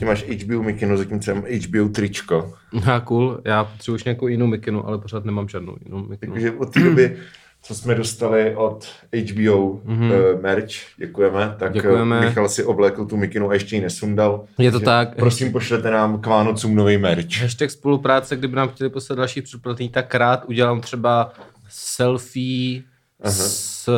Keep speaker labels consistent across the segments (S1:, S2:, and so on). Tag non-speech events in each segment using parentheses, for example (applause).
S1: Ty máš HBO mikinu, zatímco já mám HBO tričko.
S2: (laughs) Ha, cool, já potřebuji už nějakou jinou mikinu, ale pořád nemám žádnou jinou mikinu.
S1: Takže od té doby, co jsme dostali od HBO
S2: Mhm.
S1: mm-hmm. merch, děkujeme, tak
S2: Děkujeme.
S1: děkujeme. Michal si oblékl tu mikinu a ještě ji nesundal.
S2: Je to
S1: Takže
S2: tak.
S1: Prosím, pošlete nám k Vánocům nový merch.
S2: Hashtag spolupráce, kdyby nám chtěli poslat další předplatný, tak rád udělám třeba selfie Aha. s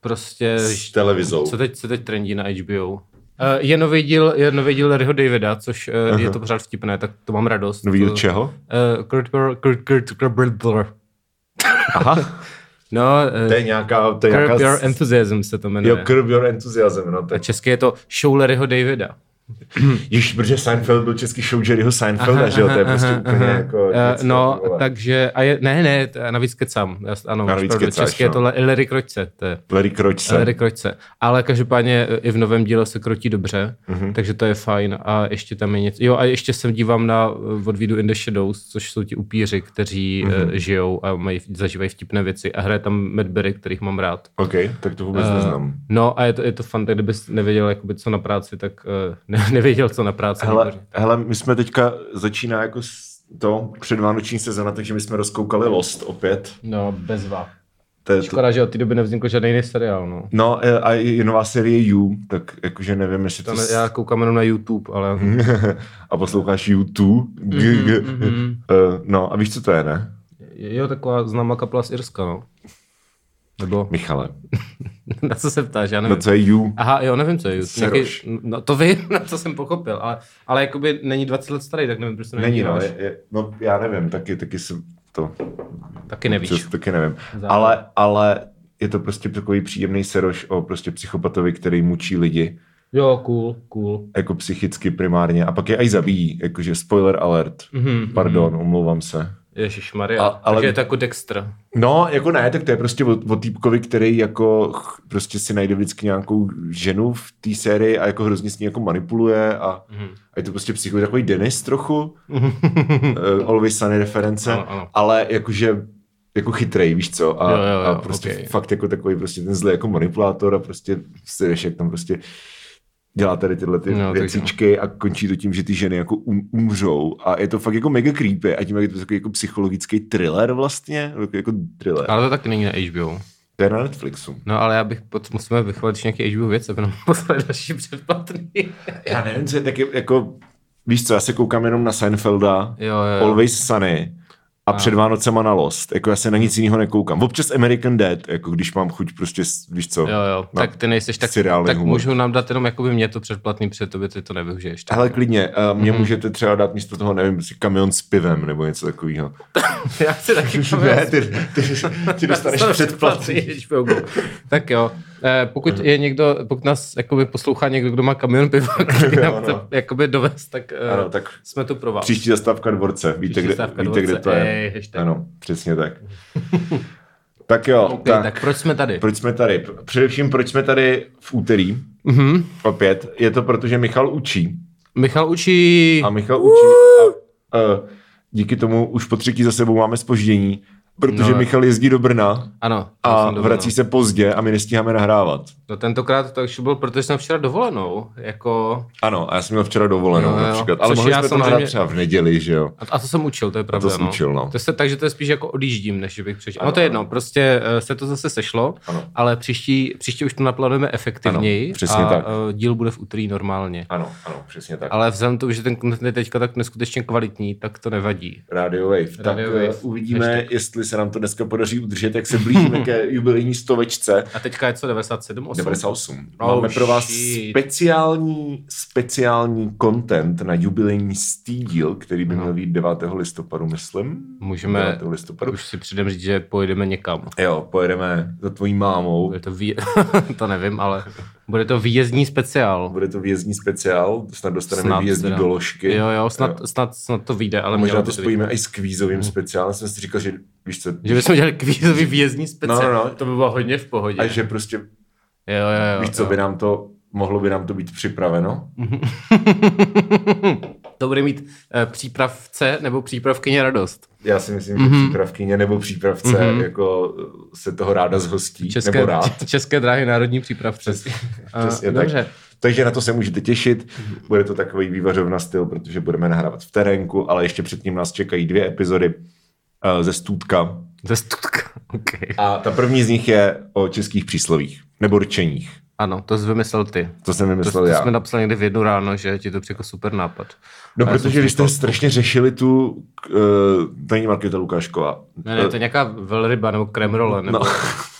S2: prostě...
S1: S televizou.
S2: Co teď, co teď trendí na HBO? Uh, je nový díl, je nový díl Larryho Davida, což uh, je to pořád vtipné, tak to mám radost.
S1: Nový
S2: To-
S1: díl čeho?
S2: Eh, Kurt Bur- Kurt- Kurt- Kurt Bur- Bur-
S1: Aha,
S2: (laughs) No, eh,
S1: to je nějaká... To je
S2: Curb
S1: nějaká
S2: Your Enthusiasm se to
S1: Jo,
S2: jmenuje.
S1: Curb Your Enthusiasm, no
S2: A
S1: tak.
S2: česky je to show Larryho Davida.
S1: Již, protože Seinfeld byl český show Jerryho Seinfelda,
S2: Aha,
S1: že jo, to je
S2: aha,
S1: prostě
S2: aha,
S1: úplně
S2: aha.
S1: jako...
S2: Eh,
S1: dětská
S2: No,
S1: vole.
S2: takže, a je, ne, ne, t- navíc kecám, já s- ano,
S1: Navíc
S2: pravdu,
S1: kecáš,
S2: česky je
S1: no.
S2: to Le- Larry Krojce, to je
S1: Larry Krojce.
S2: Larry Krojce. Ale každopádně eh, i v novém díle se krotí dobře,
S1: Mhm.
S2: takže to je fajn a ještě tam je něco, jo a ještě se dívám na eh, odvídu In the Shadows, což jsou ti upíři, kteří mm-hmm.
S1: Mhm.
S2: žijou a mají, zažívají vtipné věci a hraje tam Matt Berry, kterých mám rád.
S1: OK, tak to vůbec neznám.
S2: No a je to, je to fun, tak kdybys nevěděl jakoby, co na práci, tak eh, (laughs) ne, nevěděl, co na práci.
S1: Hele,
S2: výborně.
S1: hele, my jsme teďka začíná jako s- to předvánoční sezona, takže my jsme rozkoukali Lost opět.
S2: No, bezva.
S1: To je to,
S2: Škoda, že od té doby nevznikl žádný jiný seriál, no.
S1: no e, a je nová série You, tak jakože nevím, jestli to...
S2: To ne,
S1: s-
S2: já koukám jenom na YouTube, ale...
S1: a posloucháš YouTube.
S2: Mhm,
S1: G- g- e, No a víš, co to je, ne?
S2: Jo, taková známá kapela z Irska, no. Nebo...
S1: Michale,
S2: (laughs) Na co se ptáš, já nevím.
S1: no co je You?
S2: Aha, jo, nevím, co je YouTube.
S1: Seroš.
S2: Nějaký- No to vím, (laughs) na co jsem pochopil, ale, ale jakoby není 20 let starý, tak nevím, proč to
S1: Není, no,
S2: nedíváš.
S1: je, je, no já nevím, taky, taky jsem to...
S2: Taky nevíš.
S1: Přes, taky nevím.
S2: Zároveň.
S1: Ale, ale je to prostě takový příjemný seroš o prostě psychopatovi, který mučí lidi.
S2: Jo, cool, cool.
S1: jako psychicky primárně a pak je aj zabíjí, jakože spoiler alert, mm-hmm, pardon, mm-hmm. omlouvám se.
S2: Ježíš Maria.
S1: A-
S2: ale...
S1: ale-
S2: Takže je to jako (laughs) Dexter.
S1: No, jako ne, tak to je prostě o, o týpkovi, který jako ch- prostě si najde vždycky nějakou ženu v té sérii a jako hrozně s ní jako manipuluje a, mm-hmm. a je to prostě psycho, takový Dennis trochu, uh, Always Sunny reference,
S2: Ano, ano.
S1: ale jakože jako chytrej, víš co, a,
S2: Jo, jo, jo,
S1: a prostě
S2: okej.
S1: okay. fakt jako takový prostě ten zlý jako manipulátor a prostě si jdeš, jak tam prostě dělá tady tyhle ty
S2: No,
S1: no,
S2: takže-
S1: věcičky a končí to tím, že ty ženy jako um, umřou a je to fakt jako mega creepy a tím jak je to takový jako psychologický thriller vlastně, jako, jako thriller.
S2: Ale to taky není na HBO.
S1: To je na Netflixu.
S2: No ale já bych, pot- musíme vychovat ještě nějaký HBO věc, aby (laughs) nám poslali další předplatný.
S1: Já nevím, co je taky jako, víš co, já se koukám jenom na Seinfelda,
S2: Jo, jo, jo.
S1: Always Sunny a, a před Vánocema na Lost. Jako já se na nic
S2: Hmm.
S1: jiného nekoukám. Občas American Dad, jako když mám chuť prostě, s- víš co.
S2: Jo, jo,
S1: na
S2: tak ty nejseš tak,
S1: seriální
S2: tak
S1: No. humor.
S2: můžu nám dát jenom jakoby mě to předplatný, protože tobě ty to nevyužiješ. Tak.
S1: Hele, klidně, eh,
S2: Hmm.
S1: mě mm-hmm. můžete třeba dát místo toho, nevím, si kamion s pivem nebo něco takového.
S2: (laughs) Já si taky
S1: (laughs) Ne, ty, ty, ty dostaneš
S2: Dostanu
S1: předplatný.
S2: HBO Go. tak jo, eh, pokud je někdo, pokud nás jakoby poslouchá někdo, kdo má kamion
S1: (laughs)
S2: piva, který
S1: Jo,
S2: nám chce
S1: no.
S2: jakoby dovést, tak, eh,
S1: Ano, tak
S2: jsme tu pro vás.
S1: Příští zastávka dvorce. Víte,
S2: Příští
S1: kde,
S2: zastávka
S1: víte kde
S2: Dvorce.
S1: to je.
S2: Ej, hashtag.
S1: ano, přesně
S2: (laughs)
S1: tak. tak jo,
S2: Okay, tak.
S1: tak.
S2: tak proč jsme tady?
S1: Proč jsme tady? Především, proč jsme tady v úterý?
S2: Mhm.
S1: Opět. Je to proto, že Michal učí.
S2: Michal učí...
S1: A Michal učí. A, a, díky tomu už po třetí za sebou máme spoždění, protože
S2: No.
S1: no. Michal jezdí do Brna
S2: Ano, já
S1: a
S2: jsem doma,
S1: vrací
S2: no.
S1: se pozdě a my nestíháme nahrávat.
S2: No tentokrát to takže bylo, protože jsem včera dovolenou, jako...
S1: Ano, a já jsem měl včera dovolenou
S2: Jo, jo.
S1: například. Ale
S2: Což
S1: mohli
S2: já
S1: jsme to
S2: samozřejmě-
S1: nahrát třeba v neděli, že jo?
S2: A, a to jsem učil, to je pravda.
S1: to jsi
S2: no.
S1: učil, no.
S2: To se, takže to je spíš jako odjíždím, než že bych přešel. No
S1: Ano,
S2: to je jedno,
S1: ano.
S2: prostě eh, se to zase sešlo,
S1: Ano.
S2: ale příští, příště už to naplánujeme efektivněji.
S1: Ano, přesně
S2: a,
S1: tak.
S2: eh, díl bude v úterý normálně.
S1: Ano, ano, přesně tak.
S2: Ale vzhledem k tomu, že ten content je teďka tak neskutečně kvalitní, tak to nevadí.
S1: Radio Wave. Tak
S2: Radio Wave.
S1: eh, uvidíme, jestli se nám to dneska podaří udržet, jak se blížíme
S2: (laughs)
S1: ke jubilejní stovečce.
S2: A teďka je co, 97, 8?
S1: 98.
S2: Oh,
S1: Máme pro vás
S2: shit.
S1: speciální, speciální content na jubilejní stýdíl, který by
S2: No.
S1: měl být 9. listopadu, myslím.
S2: Můžeme,
S1: 9. listopadu.
S2: už si předem říct, že pojedeme někam.
S1: Jo, pojedeme za tvojí mámou.
S2: Bude to, vý... (laughs) to nevím, ale bude to výjezdní speciál.
S1: Bude to vězní speciál, snad dostaneme
S2: Snad
S1: výjezdní
S2: teda.
S1: doložky.
S2: Jo, jo, snad, snad, snad to vyjde, ale
S1: Možná
S2: mělo
S1: to
S2: by být.
S1: spojíme i s kvízovým speciálem. Jsem si říkal, že víš co,
S2: Že bychom dělali kvízový výjezdní speciál.
S1: No, no, no.
S2: To by bylo hodně v pohodě.
S1: a že prostě,
S2: Jo, jo, jo.
S1: víš co,
S2: jo. Hmm.
S1: by nám to, mohlo by nám to být připraveno.
S2: (laughs) To bude mít eh, přípravce nebo přípravkyně radost.
S1: Já si myslím, že
S2: Mhm.
S1: mm-hmm. přípravkyně nebo přípravce mm-hmm. jako eh, se toho ráda zhostí,
S2: České,
S1: nebo rád.
S2: české dráhy národní přípravce.
S1: Přesně,
S2: A,
S1: přesně tak.
S2: dobře. Mhm.
S1: Takže na to se můžete těšit. Bude to takový vývařovna styl, protože budeme nahrávat v terénku, ale ještě předtím nás čekají dvě epizody eh, ze Stůdka.
S2: Ze Stutka, okay.
S1: A ta první z nich je o českých příslovích nebo rčeních.
S2: Ano, to jsi vymyslel ty.
S1: To jsem
S2: To,
S1: vymyslel
S2: to
S1: já.
S2: jsme napsali někdy v jednu ráno, že ti to přišlo super nápad.
S1: No,
S2: A já
S1: protože
S2: jsem
S1: vy
S2: si říkal-
S1: jste strašně řešili tu uh, tajní Markéta Lukášková.
S2: Ne, ne, to je nějaká velryba nebo kremrole, nebo
S1: No.
S2: no.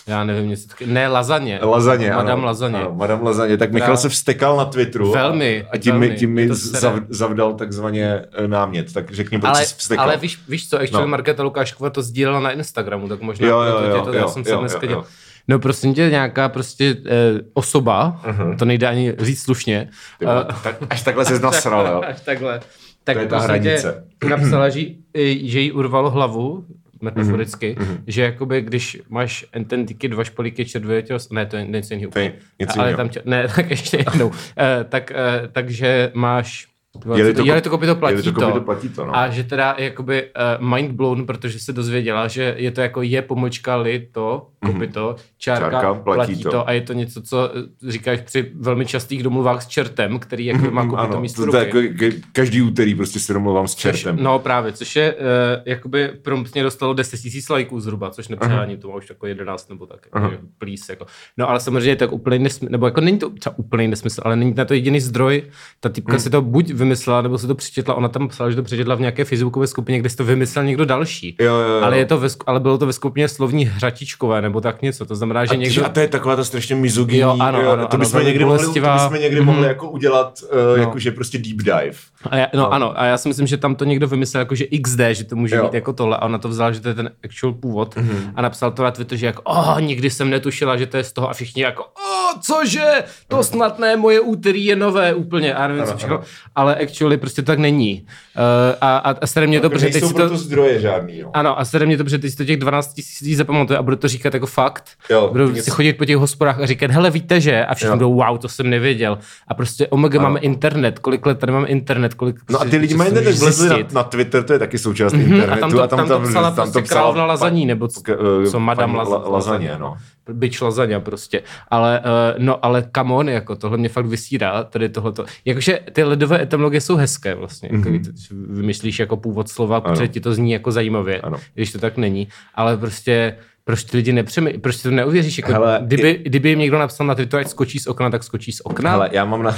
S2: já nevím, něco taky... Ne, lazaně.
S1: Eh, Lazaně,
S2: Madame
S1: ano.
S2: lazaně.
S1: Ano, Madame Lazaně. Tak Michal
S2: Která-
S1: se vstekal na Twitteru. a-
S2: Velmi,
S1: A tím, mi-
S2: velmi.
S1: tím mi
S2: Je to
S1: zav-
S2: sere.
S1: zavdal takzvaně eh, námět. Tak řekni, proč
S2: Ale,
S1: jsi vstekal.
S2: ale víš, víš co, actually
S1: No.
S2: no. Markéta Lukášková to sdílela na Instagramu, tak možná
S1: Jo,
S2: proto
S1: jo,
S2: tě
S1: jo,
S2: to,
S1: jo,
S2: já jsem se
S1: jo,
S2: dneska
S1: jo,
S2: dělal.
S1: jo.
S2: No prosím tě, nějaká prostě eh, osoba, uh-huh. to nejde ani říct slušně,
S1: Mhm.
S2: eh,
S1: Ty vole, tak, až takhle se nasral, jo.
S2: (laughs) až takhle. Tak
S1: To je ta
S2: prostě
S1: hranice.
S2: tě napsala, že, jí- i- že jí urvalo hlavu, metaforicky,
S1: Mhm,
S2: mm-hmm. že jakoby, když máš ententíky, dva špolíky, červeného, ne, to je něco jiného.
S1: To je
S2: úplně.
S1: něco
S2: ale
S1: jiného.
S2: tam tě, ne, (laughs) tak ještě jednou. Eh, tak, eh, takže máš
S1: Jeli to
S2: Jeli to
S1: kop-
S2: kopy to platí
S1: jeli to kopyto platí to, no.
S2: A že teda jakoby uh, mind blown, protože se dozvěděla, že je to jako je pomlčka li to, kopyto, čárka,
S1: Mhm. Čárka,
S2: platí, to. a je to něco, co eh, říkáš při velmi častých domluvách s čertem, který jako má kopyto
S1: Ano,
S2: místo
S1: to, to
S2: ruky.
S1: jako, ke- každý úterý prostě se domluvám s
S2: Což-
S1: čertem.
S2: No právě, což je, eh, jakoby promptně dostalo 10 000 lajků zhruba, což nepřehání, to má už jako 11 nebo tak, jako, plís, jako. No ale samozřejmě tak úplně nesmysl, nebo jako není to třeba úplně nesmysl, ale není na to jediný zdroj, ta typka
S1: Hmm.
S2: si to buď vymyslela, nebo si to přečetla, ona tam psala, že to přečetla v nějaké facebookové skupině, kde si to vymyslel někdo další.
S1: Jo, jo, jo.
S2: Ale, je to ve, sk- ale bylo to ve skupině slovní hřatičkové, nebo tak něco, to znamená, že
S1: A,
S2: někdo...
S1: někdo... a to je taková ta strašně mizogyní,
S2: Jo, ano,
S1: jo,
S2: ano,
S1: to bychom
S2: ano,
S1: někdy, mohli, to
S2: bolestivá. Mhm. No.
S1: bychom někdy mohli jako udělat, uh, jakože prostě deep dive.
S2: A já, no, ano, a já si myslím, že tam to někdo vymyslel jako, že XD, že to může
S1: Jo. Mhm.
S2: jo. být jako tohle a ona to vzala, že to je ten actual původ mm-hmm. a napsal to na Twitter, že jako, oh, nikdy jsem netušila, že to je z toho a všichni jako, oh, cože, to snad ne, moje úterý je nové úplně a já nevím, co všechno, ale actually prostě to tak není. Uh, a, a, a sere mě to, protože teď
S1: Jako, Nejsou
S2: si
S1: proto
S2: to...
S1: zdroje žádný, jo.
S2: Ano, a sere mě to, protože teď si to těch 12 tisíc lidí zapamatuje a budu to říkat jako fakt.
S1: Jo,
S2: budu
S1: něco-
S2: si chodit po těch hospodách a říkat, hele, víte, že? A
S1: Jo.
S2: všichni budou, wow, to jsem nevěděl. A prostě, omega, máme internet, kolik let tady máme internet, kolik...
S1: No a ty
S2: prostě
S1: lidi
S2: něco
S1: mají
S2: můžeš
S1: internet, vlezli na,
S2: zjistit. Mhm.
S1: na Twitter, to je taky součást mm-hmm, internetu.
S2: A tam to, tam, tam, to psala
S1: tam
S2: prostě
S1: to psala
S2: královna
S1: pa-
S2: lazaní, nebo co,
S1: k- eh,
S2: co madam
S1: paní
S2: laz,
S1: la- lazaně, no.
S2: Byč lazaně prostě. Ale, eh, no, ale come on, jako tohle mě fakt vysírá, tady tohleto. Jakože ty ledové etymologie jsou hezké vlastně. Mm-hmm. Jako,
S1: Mhm.
S2: víte, že vymyslíš jako původ slova, protože ti to zní jako zajímavě,
S1: Ano.
S2: když to tak není. Ale prostě proč ty lidi nepřemý, proč to neuvěříš? Jako,
S1: Hele,
S2: Hele, kdyby, i... kdyby jim někdo napsal na Twitteru, ať skočí z okna, tak skočí z
S1: (laughs)
S2: okna.
S1: Ale já mám na...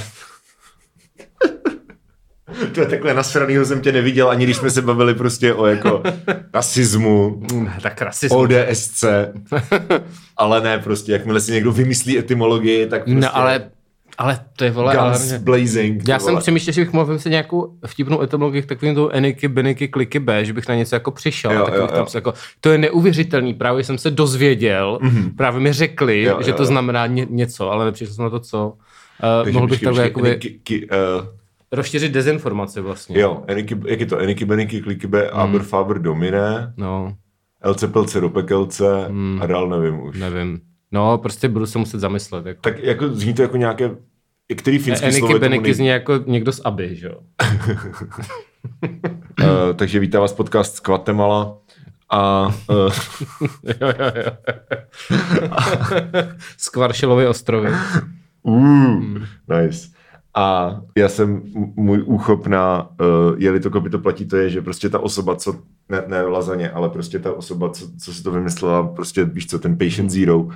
S1: to je takhle nasranýho jsem tě neviděl, ani když jsme se bavili prostě o
S2: (laughs)
S1: jako rasismu,
S2: Hm, tak rasismus.
S1: ODSC, (laughs) ale ne prostě, jakmile si někdo vymyslí etymologii, tak prostě
S2: No ale, ale to je vole, ale...
S1: guns blazing. ty
S2: Já jsem
S1: vole.
S2: přemýšlel, že bych mohl vymyslet nějakou vtipnou etymologii k takovým tou eniky, beniky, kliky B, že bych na něco jako přišel.
S1: Jo,
S2: Jo, tak
S1: jo,
S2: jo,
S1: jo.
S2: tam se jako, to je neuvěřitelný, právě jsem se dozvěděl, mm-hmm. právě mi řekli,
S1: Mhm. Jo,
S2: jo, že
S1: jo,
S2: to
S1: jo.
S2: znamená ně, něco, ale nepřišel jsem na to, co. Uh,
S1: Takže
S2: mohl bych
S1: počkej,
S2: takhle
S1: počkej,
S2: jakoby
S1: Eniky- ki- eh,
S2: rozšířit dezinformaci vlastně.
S1: Jo, Eniky, jak je to? Eniky, Beniky, Klikibe,
S2: Hmm.
S1: Aber, Faber, Domine,
S2: No,
S1: Elce, Pelce, Ropekelce
S2: Hmm.
S1: a dál nevím už.
S2: nevím. No, prostě budu se muset zamyslet. Jako. Eh,
S1: Tak jako zní to jako nějaké, i
S2: E-
S1: který finský
S2: Eniky,
S1: slovo je tomu
S2: beniky
S1: nej...
S2: zní jako někdo z Aby, že jo? (laughs)
S1: Eh, takže vítá vás podcast z Guatemala a eh,
S2: (laughs) jo, jo,
S1: (laughs)
S2: jo. Skvaršilovy ostrovy.
S1: Uh, nice. A já jsem, m- můj úchop na, uh, je-li to kopy to platí, to je, že prostě ta osoba, co, ne, ne lazaně, ale prostě ta osoba, co, co si to vymyslela, prostě víš co, ten Patient Zero,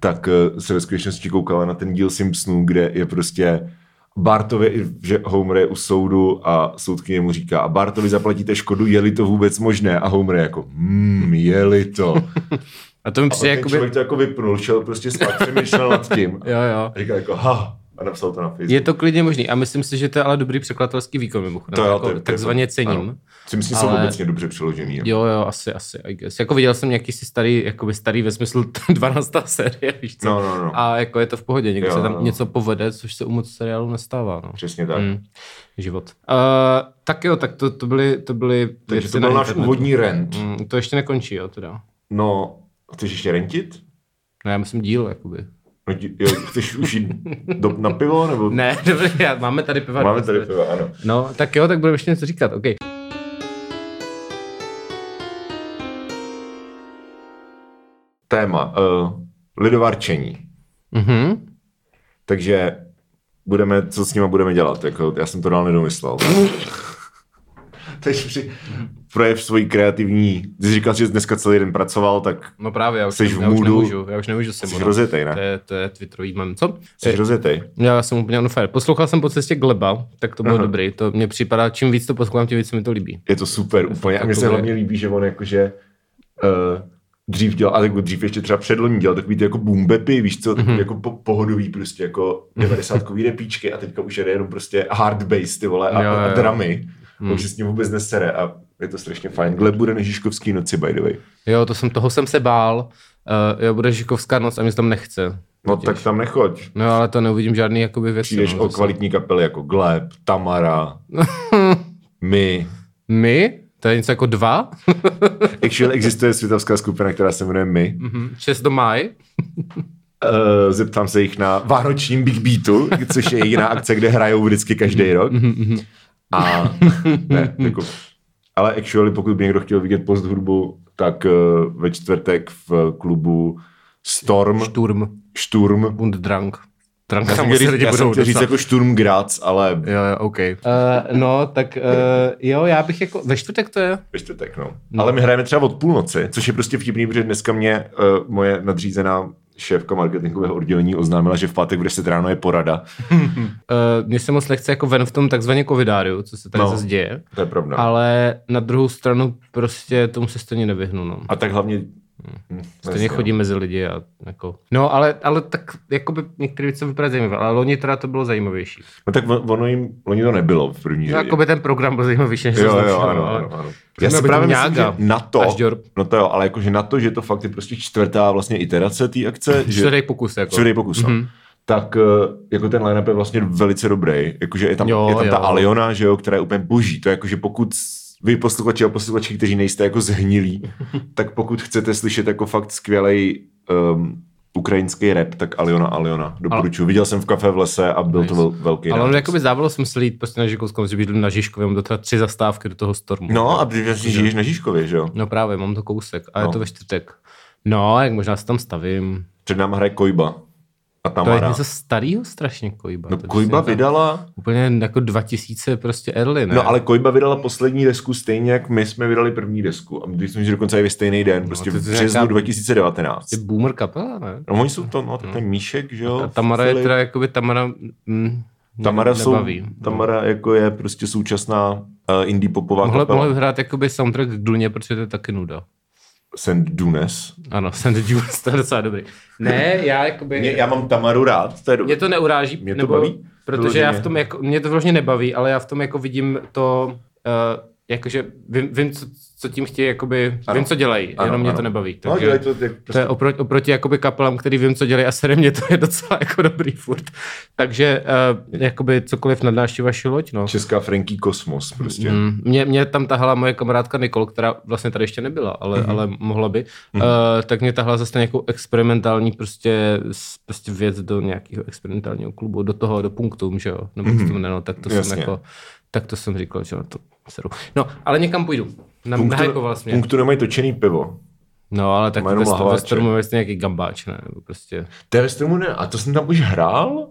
S1: tak uh, se ve skutečnosti koukala na ten díl Simpsonů, kde je prostě Bartovi, že Homer je u soudu a soudkyně mu říká, a Bartovi zaplatíte škodu, je-li to vůbec možné? A Homer je jako, hmm, je-li to.
S2: A to mi
S1: A pak ten
S2: přijde jakoby...
S1: člověk to jako vypnul, šel prostě spát, přemýšlel nad tím.
S2: Jo, jo.
S1: A říkal jako ha a napsal to na Facebook.
S2: Je to klidně možný a myslím si, že to je ale dobrý překladatelský výkon mimochodem, to
S1: jo,
S2: jako,
S1: je- je
S2: takzvaně cením.
S1: Ano. Si myslím, jsou
S2: Ale-
S1: obecně dobře přeložený. Jo.
S2: Jo, jo, asi, asi, I guess. Jako viděl jsem nějaký si starý, jakoby starý ve smyslu (laughs) 12. série, víš co?
S1: No, no, no.
S2: A jako je to v pohodě, někdo
S1: Jo, no,
S2: se
S1: jo.
S2: tam něco povede, což se u moc seriálu nestává, no.
S1: Přesně tak.
S2: Mm. Život. Uh, tak jo, tak to, to byly, to byly
S1: Takže
S2: věci
S1: to
S2: na
S1: byl náš
S2: internetu.
S1: úvodní rent.
S2: Mm, to ještě nekončí, jo, teda.
S1: No, chceš ještě rentit?
S2: No, já myslím díl, jakoby.
S1: No, ti- jo, chceš už jít do, na pivo? Nebo...
S2: Ne, (laughs) dobrý, já, máme tady piva.
S1: Máme tady pivo, ano.
S2: No, tak jo, tak budeme ještě něco říkat, OK.
S1: eh, Téma. Uh, lidovárčení.
S2: Mhm.
S1: Takže budeme, co s nima budeme dělat. Jako, já jsem to dál nedomyslel. (laughs) Takže při projev svojí kreativní, když říkal, že jsi dneska celý den pracoval, tak
S2: No právě, já už,
S1: Jsi v
S2: já už
S1: moodu?
S2: nemůžu, já už nemůžu si
S1: jsi rozjetej,
S2: To
S1: ne?
S2: je, to je Twitterový mem, co?
S1: Jsi rozjetej.
S2: Já jsem úplně on fire. Poslouchal jsem po cestě Gleba, tak to bylo
S1: Aha.
S2: dobrý. To mě připadá, čím víc to poslouchám, tím víc se mi to líbí.
S1: Je to super úplně. A mně se
S2: takové-
S1: hlavně líbí, že on jakože uh, dřív dělal, a tak dřív ještě třeba předloní dělal takový ty jako boombepy, víš co,
S2: Mhm.
S1: takový jako po, pohodový prostě jako 90 repíčky a teďka už jede jenom prostě hard bass ty vole a,
S2: Jo,
S1: a
S2: jo. Mhm.
S1: dramy. Hmm. Takže s ním vůbec nesere a je to strašně fajn. Gleb bude na Žižkovský noci, by the way.
S2: Jo, to jsem, toho jsem se bál. Uh, jo, bude Žižkovská noc a mi se tam nechce.
S1: No tak tam nechoď.
S2: No ale to neuvidím žádný jakoby věci.
S1: Přijdeš
S2: no,
S1: o
S2: zase.
S1: kvalitní kapely jako Gleb,
S2: (laughs)
S1: Tamara, my.
S2: My? To je něco jako dva?
S1: Actually existuje světovská skupina, která se jmenuje My.
S2: (laughs) 6 do maj?
S1: Eh, zeptám se jich na vánočním Big Beatu, což je jediná akce, kde hrajou vždycky každý rok.
S2: Mm-hmm,
S1: A ne, jako, ale actually, pokud by někdo chtěl vidět post hudbu, tak eh, ve čtvrtek v klubu Storm,
S2: Šturm.
S1: Šturm,
S2: Und drunk. Drunk
S1: já jsem chtěl
S2: tam asi
S1: říct,
S2: lidi
S1: já jsem
S2: budou
S1: chtěl říct
S2: docela-
S1: jako Šturm Graz, ale
S2: Jo, jo, OK. Uh, no, tak uh, jo, já bych jako, ve čtvrtek to je?
S1: ve čtvrtek, no. Ale my hrajeme třeba od půlnoci, což je prostě vtipný, protože dneska mě uh, moje nadřízená šéfka marketingového oddělení oznámila, že v pátek v 10 ráno je porada.
S2: Uh, mně se moc nechce jako ven v tom takzvaně covidáriu, co se tady
S1: No.
S2: no. zase děje.
S1: To je pravda.
S2: Ale na druhou stranu prostě tomu se stejně nevyhnu, no.
S1: A tak hlavně... Hm,
S2: Hmm. Stejně
S1: jasně, no.
S2: chodí mezi lidi a jako... No, ale, ale tak jakoby některé věci vypadají zajímavé, ale loni teda to bylo zajímavější.
S1: No tak on- ono jim, loni to nebylo v první
S2: No,
S1: řadě.
S2: jakoby ten program byl zajímavější, než
S1: jo,
S2: jsem
S1: jo,
S2: začal,
S1: ano,
S2: ale-
S1: ano, ano. Já si
S2: Měl by to
S1: právě myslím, že
S2: nějaká.
S1: na to,
S2: Až do-
S1: no to jo, ale jakože na to, že to fakt je prostě čtvrtá vlastně iterace té akce, že
S2: Čtvrtý pokus, jako.
S1: čtvrtý pokus, no. tak eh, jako ten line-up je vlastně velice dobrý, jakože je tam,
S2: Jo,
S1: je tam ta
S2: jo.
S1: Aliona, že jo, která je úplně boží, to je jakože pokud s- vy posluchači a posluchači, kteří nejste jako
S2: (laughs)
S1: zhnilí, tak pokud chcete slyšet jako fakt skvělej um, ukrajinský rap, tak Aliona, Aliona, doporučuji. Viděl jsem v kafe v lese a byl to vel, velký
S2: Ale ono
S1: nářez.
S2: jakoby dávalo smysl jít prostě na Žižkovskou, že bydlím na Žižkovém, do teda tři zastávky do toho stormu.
S1: No a ty vlastně žiješ na Žižkově, že jo?
S2: No právě, mám to kousek a no.
S1: No.
S2: je to ve čtvrtek. No, jak možná se tam stavím.
S1: Před náma hraje Kojba a
S2: To je
S1: Tamara.
S2: něco starého strašně Kojba.
S1: No
S2: To je
S1: Kojba
S2: přesně tak.
S1: vydala,
S2: Úplně jako 2000 prostě early, ne?
S1: no ale Kojba vydala poslední desku stejně, jak my jsme vydali první desku. A myslím, že dokonce i ve stejný den, prostě
S2: No, to
S1: v
S2: je
S1: březnu
S2: nějaká-
S1: 2019.
S2: Ty boomer kapela, ne?
S1: No oni jsou to, no, tak ten Míšek, že jo?
S2: Hmm. A Tamara je
S1: Filip.
S2: teda jakoby Tamara... Mm,
S1: Tamara,
S2: ne-
S1: jsou,
S2: nebaví.
S1: Tamara jako je prostě současná uh, indie popová
S2: Mohla,
S1: kapela.
S2: mohla by hrát jakoby soundtrack k Duně, protože to je taky nuda.
S1: Send Dunes.
S2: Ano, (laughs) jsem teď Jules, to je docela dobrý. Ne, já jakoby...
S1: Mě, já mám Tamaru rád, to je
S2: Mě
S1: dobré.
S2: to neuráží,
S1: Mě to
S2: nebo,
S1: baví,
S2: protože
S1: vyloženě.
S2: já v tom, jako, mě to vlastně nebaví, ale já v tom jako vidím to, uh, jakože vím, vím co, co tím chtějí, jakoby,
S1: Ano.
S2: ano. vím, co dělají, ano, jenom mě ano. to nebaví.
S1: No,
S2: Takže,
S1: dělej to, jak
S2: to je oproti, oproti jakoby kapelám, který vím, co dělají a sere mě to je docela jako dobrý furt. Takže uh, jakoby cokoliv nadnáší vaši loď, no.
S1: česká Frankie Kosmos prostě.
S2: Mm, Mě, mě tam tahala moje kamarádka Nikol, která vlastně tady ještě nebyla, ale,
S1: Mhm.
S2: mm-hmm. ale mohla by, mm-hmm. uh, tak mě tahla zase na nějakou experimentální prostě, s- prostě věc do nějakého experimentálního klubu, do toho, do punktum, že jo, nebo mm-hmm. no, tak to
S1: Mhm. Jasně.
S2: jsem jako, tak to jsem říkal, že na to seru. No, ale někam půjdu. Na, nahajkoval jsi mě.
S1: Punktu nemají točený pivo.
S2: No, ale tak
S1: Má jenom
S2: ve, st- ve
S1: lahváče.
S2: stromu je vlastně nějaký gambáč, ne? Nebo prostě.
S1: To je ve stromu ne, a to jsem tam už hrál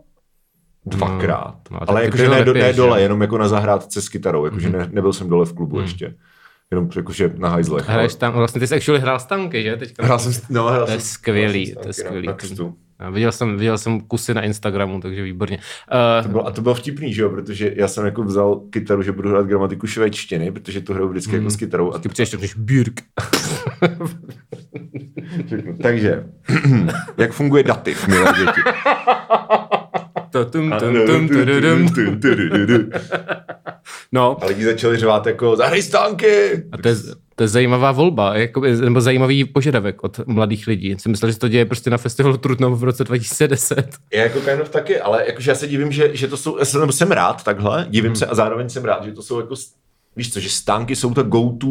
S1: dvakrát.
S2: No,
S1: No,
S2: a tak
S1: ale
S2: ty
S1: jakože
S2: pivo
S1: ne, do- ne
S2: nepiješ,
S1: dole,
S2: jo? Mhm.
S1: jenom jako na zahrádce s kytarou, jakože ne, nebyl jsem dole v klubu ještě. Jenom jakože na hajzlech. ale-
S2: Hraješ tam, vlastně ty jsi actually hrál stanky, že? Teďka
S1: Hrál jsem, s- no, hrál
S2: To je
S1: jsem-
S2: skvělý,
S1: hrál jsem
S2: to je
S1: s-
S2: skvělý.
S1: na křtu.
S2: A viděl jsem, viděl jsem kusy na Instagramu, takže výborně.
S1: To
S2: Uh,
S1: bylo, a to bylo vtipný, že jo, protože já jsem jako vzal kytaru, že budu hrát gramatiku švédštiny, protože tu hraju vždycky
S2: Mhm.
S1: jako s kytarou. A
S2: ty přijdeš, řekneš Björk.
S1: řeknu, takže, (clears throat) jak funguje dativ, milé děti?
S2: Ta tum, tum, tum, tududum. No,
S1: (laughs) A lidi začali řvát jako, zahraj stánky!
S2: a to je, to je zajímavá volba, jakoby, nebo zajímavý požadavek od mladých lidí. Já Jsem myslel, že se to děje prostě na festivalu Trutnov v
S1: (laughs)
S2: roce 2010.
S1: Já jako kind of taky, ale jakože já se divím, že, že to jsou, já jsem, nebo jsem rád takhle, divím
S2: Hmm.
S1: se a zároveň jsem rád, že to jsou jako, s- víš co, že stánky jsou ta go-to